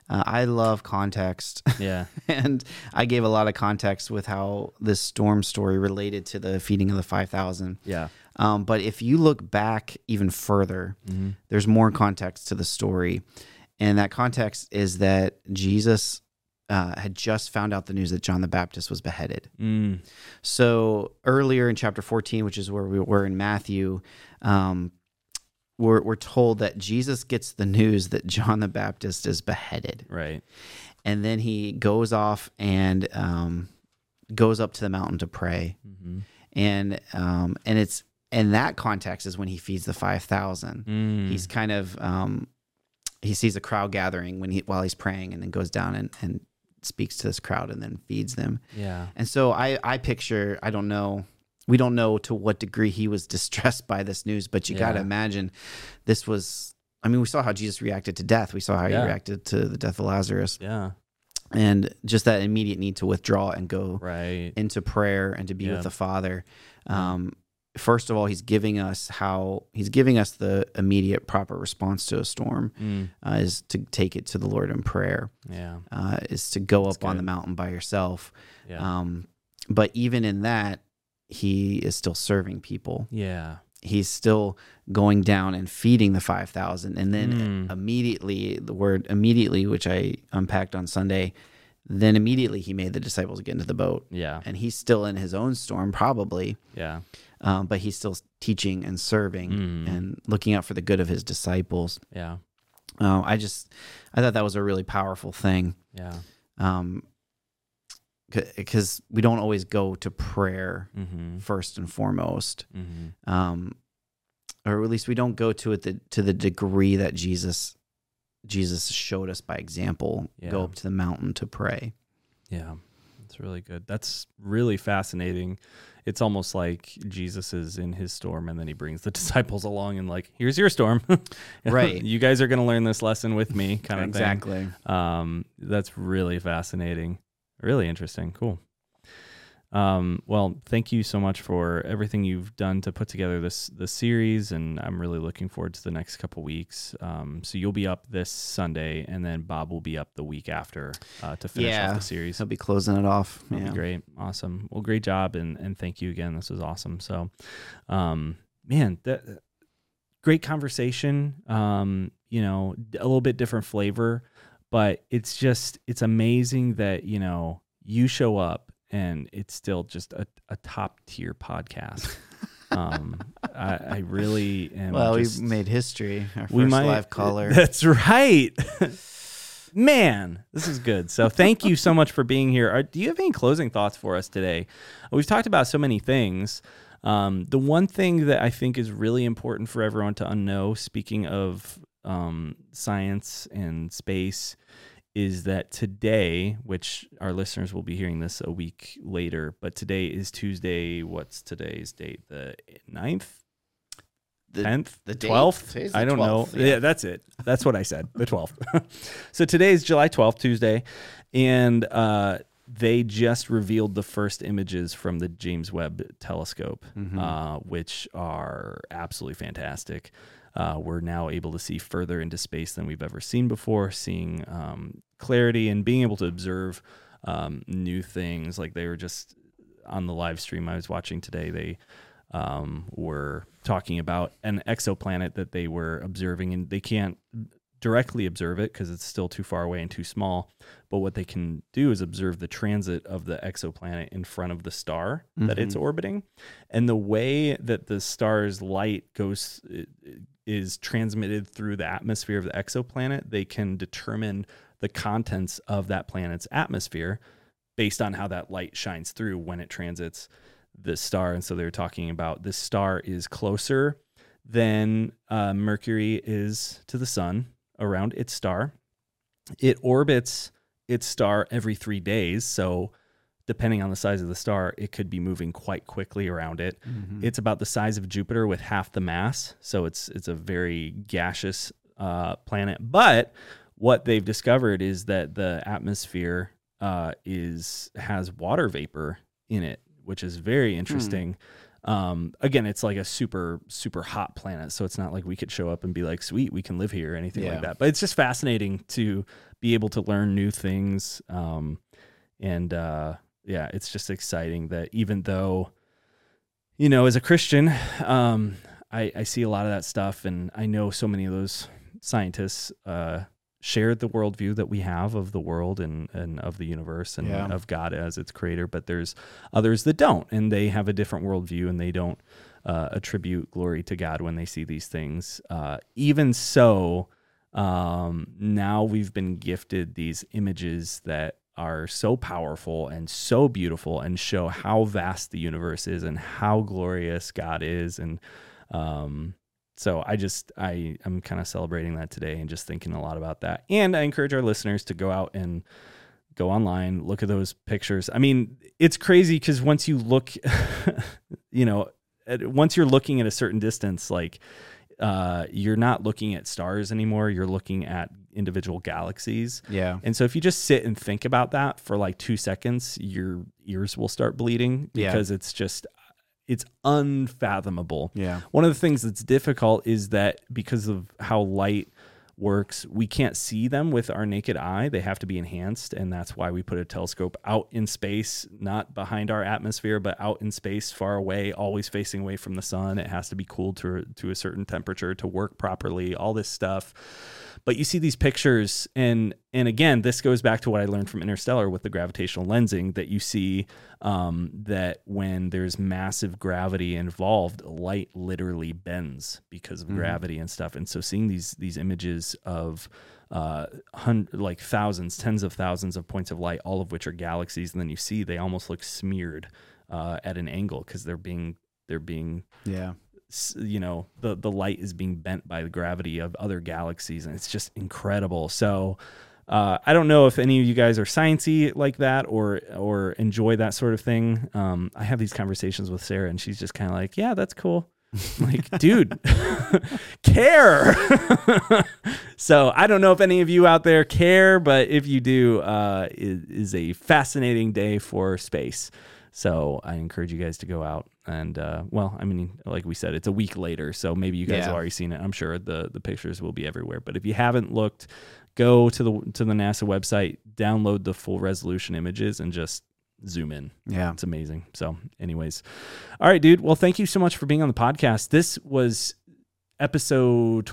uh, I love context.
yeah
and I gave a lot of context with how this storm story related to the feeding of the 5,000.
yeah
Um, but if you look back even further,
Mhm.
there's more context to the story. And that context is that Jesus uh, had just found out the news that John the Baptist was beheaded.
mm.
So earlier in chapter 14, which is where we were in Matthew, um, we're, we're told that Jesus gets the news that John the Baptist is beheaded.
right
And then he goes off and um, goes up to the mountain to pray.
mm-hmm.
And, um, and it's in that context is when he feeds the 5,000.
Mm, Mm-hmm.
He's kind of, um, he sees a crowd gathering when he, while he's praying and then goes down and, and speaks to this crowd and then feeds them.
yeah
And so I, I picture, I don't know, we don't know to what degree he was distressed by this news, but you got to
Yeah.
imagine this was, I mean, we saw how Jesus reacted to death. We saw how
Yeah.
he reacted to the death of Lazarus
yeah
and just that immediate need to withdraw and go
right
into prayer and to be
Yeah.
with the Father. Um, first of all, he's giving us how, he's giving us the immediate proper response to a storm
mm.
uh, is to take it to the Lord in prayer,
yeah
uh, is to go
That's
up on the
good.
mountain by yourself.
yeah
Um, but even in that, he is still serving people.
yeah
He's still going down and feeding the 5,000. And then
Mm.
immediately, the word immediately, which I unpacked on Sunday, then immediately he made the disciples get into the boat.
yeah
And he's still in his own storm, probably,
yeah
um, but he's still teaching and serving
Mm.
and looking out for the good of his disciples.
yeah
Uh, I just, I thought that was a really powerful thing
yeah
um, because we don't always go to prayer
mm-hmm.
first and foremost,
Mm-hmm.
um, or at least we don't go to it the, to the degree that Jesus Jesus showed us by example.
Yeah.
Go up to the mountain to pray.
Yeah, that's really good. That's really fascinating. It's almost like Jesus is in his storm and then he brings the disciples along and, like, here's your storm.
Right.
you guys are going to learn this lesson with me, kind of thing.
exactly.
Um, that's really fascinating. Really interesting. Cool. Um, well, thank you so much for everything you've done to put together this this series, and I'm really looking forward to the next couple weeks. Um, so you'll be up this Sunday, and then Bob will be up the week after uh, to finish
Yeah.
off the series.
He'll be closing it off.
That'd
Yeah.
be great. Awesome. Well, great job and and thank you again. This was awesome. So, um, man, that great conversation. Um, you know, d- a little bit different flavor, but it's just it's amazing that, you know, you show up and it's still just a, a top tier podcast. um I, I really am
well,
just-
we made history. Our first
we might
live caller.
That's right. Man, this is good. So thank you so much for being here. Are, do you have any closing thoughts for us today? We've talked about so many things. Um, the one thing that I think is really important for everyone to know, speaking of um, science and space, is that today, which our listeners will be hearing this a week later, but today is Tuesday. What's today's date? The 9th?
The-
tenth,
the date?
twelfth.
Today's the
I don't
12th,
know. Yeah.
yeah.
that's it. That's what I said. The twelfth. so today is July twelfth, Tuesday, and uh, they just revealed the first images from the James Webb Telescope,
Mm-hmm.
uh, which are absolutely fantastic. Uh, we're now able to see further into space than we've ever seen before, seeing um, clarity and being able to observe um, new things. Like they were just on the live stream I was watching today, they um, were talking about an exoplanet that they were observing, and they can't directly observe it because it's still too far away and too small. But what they can do is observe the transit of the exoplanet in front of the star that it's orbiting, and the way that the star's light goes i- i- is transmitted through the atmosphere of the exoplanet. They can determine the contents of that planet's atmosphere based on how that light shines through when it transits the star. And so they're talking about this star is closer than uh, Mercury is to the sun around its star. It orbits its star every three days. So, depending on the size of the star, it could be moving quite quickly around it.
Mm-hmm.
It's about the size of Jupiter with half the mass. So, it's, it's a very gaseous uh, planet. But what they've discovered is that the atmosphere uh, is has water vapor in it, which is very interesting. Um, again, it's like a super super hot planet, so it's not like we could show up and be like, "Sweet, we can live here," or anything
Yeah.
like that. But it's just fascinating to be able to learn new things, um, and uh, yeah, it's just exciting that even though, you know, as a Christian, um, I, I see a lot of that stuff, and I know so many of those scientists uh, shared the worldview that we have of the world and, and of the universe and
Yeah.
of God as its creator, but there's others that don't, and they have a different worldview and they don't uh, attribute glory to God when they see these things. Uh, even so, um, now we've been gifted these images that are so powerful and so beautiful and show how vast the universe is and how glorious God is. And um, so I just I I'm kind of celebrating that today and just thinking a lot about that. And I encourage our listeners to go out and go online, look at those pictures. I mean, it's crazy because once you look, you know, at, once you're looking at a certain distance, like uh, you're not looking at stars anymore. You're looking at individual galaxies.
yeah.
And so if you just sit and think about that for like two seconds, your ears will start bleeding
Yeah.
because it's just it's unfathomable.
Yeah.
One of the things that's difficult is that because of how light works, we can't see them with our naked eye. They have to be enhanced. And that's why we put a telescope out in space, not behind our atmosphere, but out in space, far away, always facing away from the sun. It has to be cooled to, to a certain temperature to work properly, all this stuff. But you see these pictures, and and again, this goes back to what I learned from Interstellar with the gravitational lensing that you see um, that when there's massive gravity involved, light literally bends because of gravity and stuff. And so seeing these these images of uh, hun- like thousands, tens of thousands of points of light, all of which are galaxies, and then you see they almost look smeared uh, at an angle because they're being they're being
Yeah.
s- you know the the light is being bent by the gravity of other galaxies and it's just incredible so uh, I don't know if any of you guys are sciency like that or or enjoy that sort of thing. Um, I have these conversations with Sarah and she's just kind of like, "Yeah, that's cool." I'm like, dude, care. so I don't know if any of you out there care, but if you do, uh, it is a fascinating day for space. So I encourage you guys to go out and uh, well, I mean, like we said, it's a week later, so maybe you guys
Yeah.
have already seen it. I'm sure the the pictures will be everywhere. But if you haven't looked, go to the to the NASA website, download the full resolution images, and just zoom in.
Yeah.
It's amazing. So, anyways, all right, dude. Well, thank you so much for being on the podcast. This was episode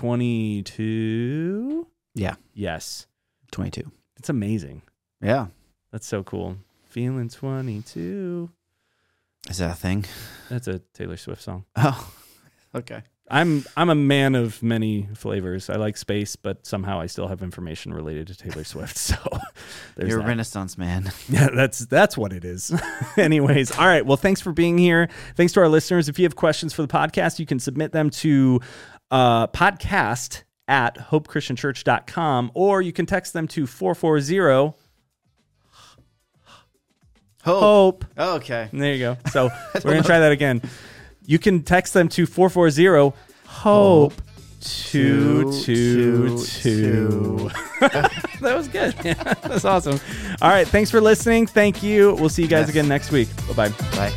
22.
Yeah.
Yes.
22.
It's amazing.
Yeah.
That's so cool. Feeling 22.
Is that a thing?
That's a Taylor Swift song.
Oh, okay.
I'm I'm a man of many flavors. I like space, but somehow I still have information related to Taylor Swift. So there's
You're a
that.
renaissance man.
Yeah, that's that's what it is. Anyways, all right. Well, thanks for being here. Thanks to our listeners. If you have questions for the podcast, you can submit them to uh, podcast at hopechristianchurch.com or you can text them to 440
Oh,
hope.
okay.
There you go. So we're going to try that again. You can text them to 440 hope 222. That was good. That's awesome. All right. Thanks for listening. Thank you. We'll see you guys
Yes.
again next week. Bye bye.
Bye.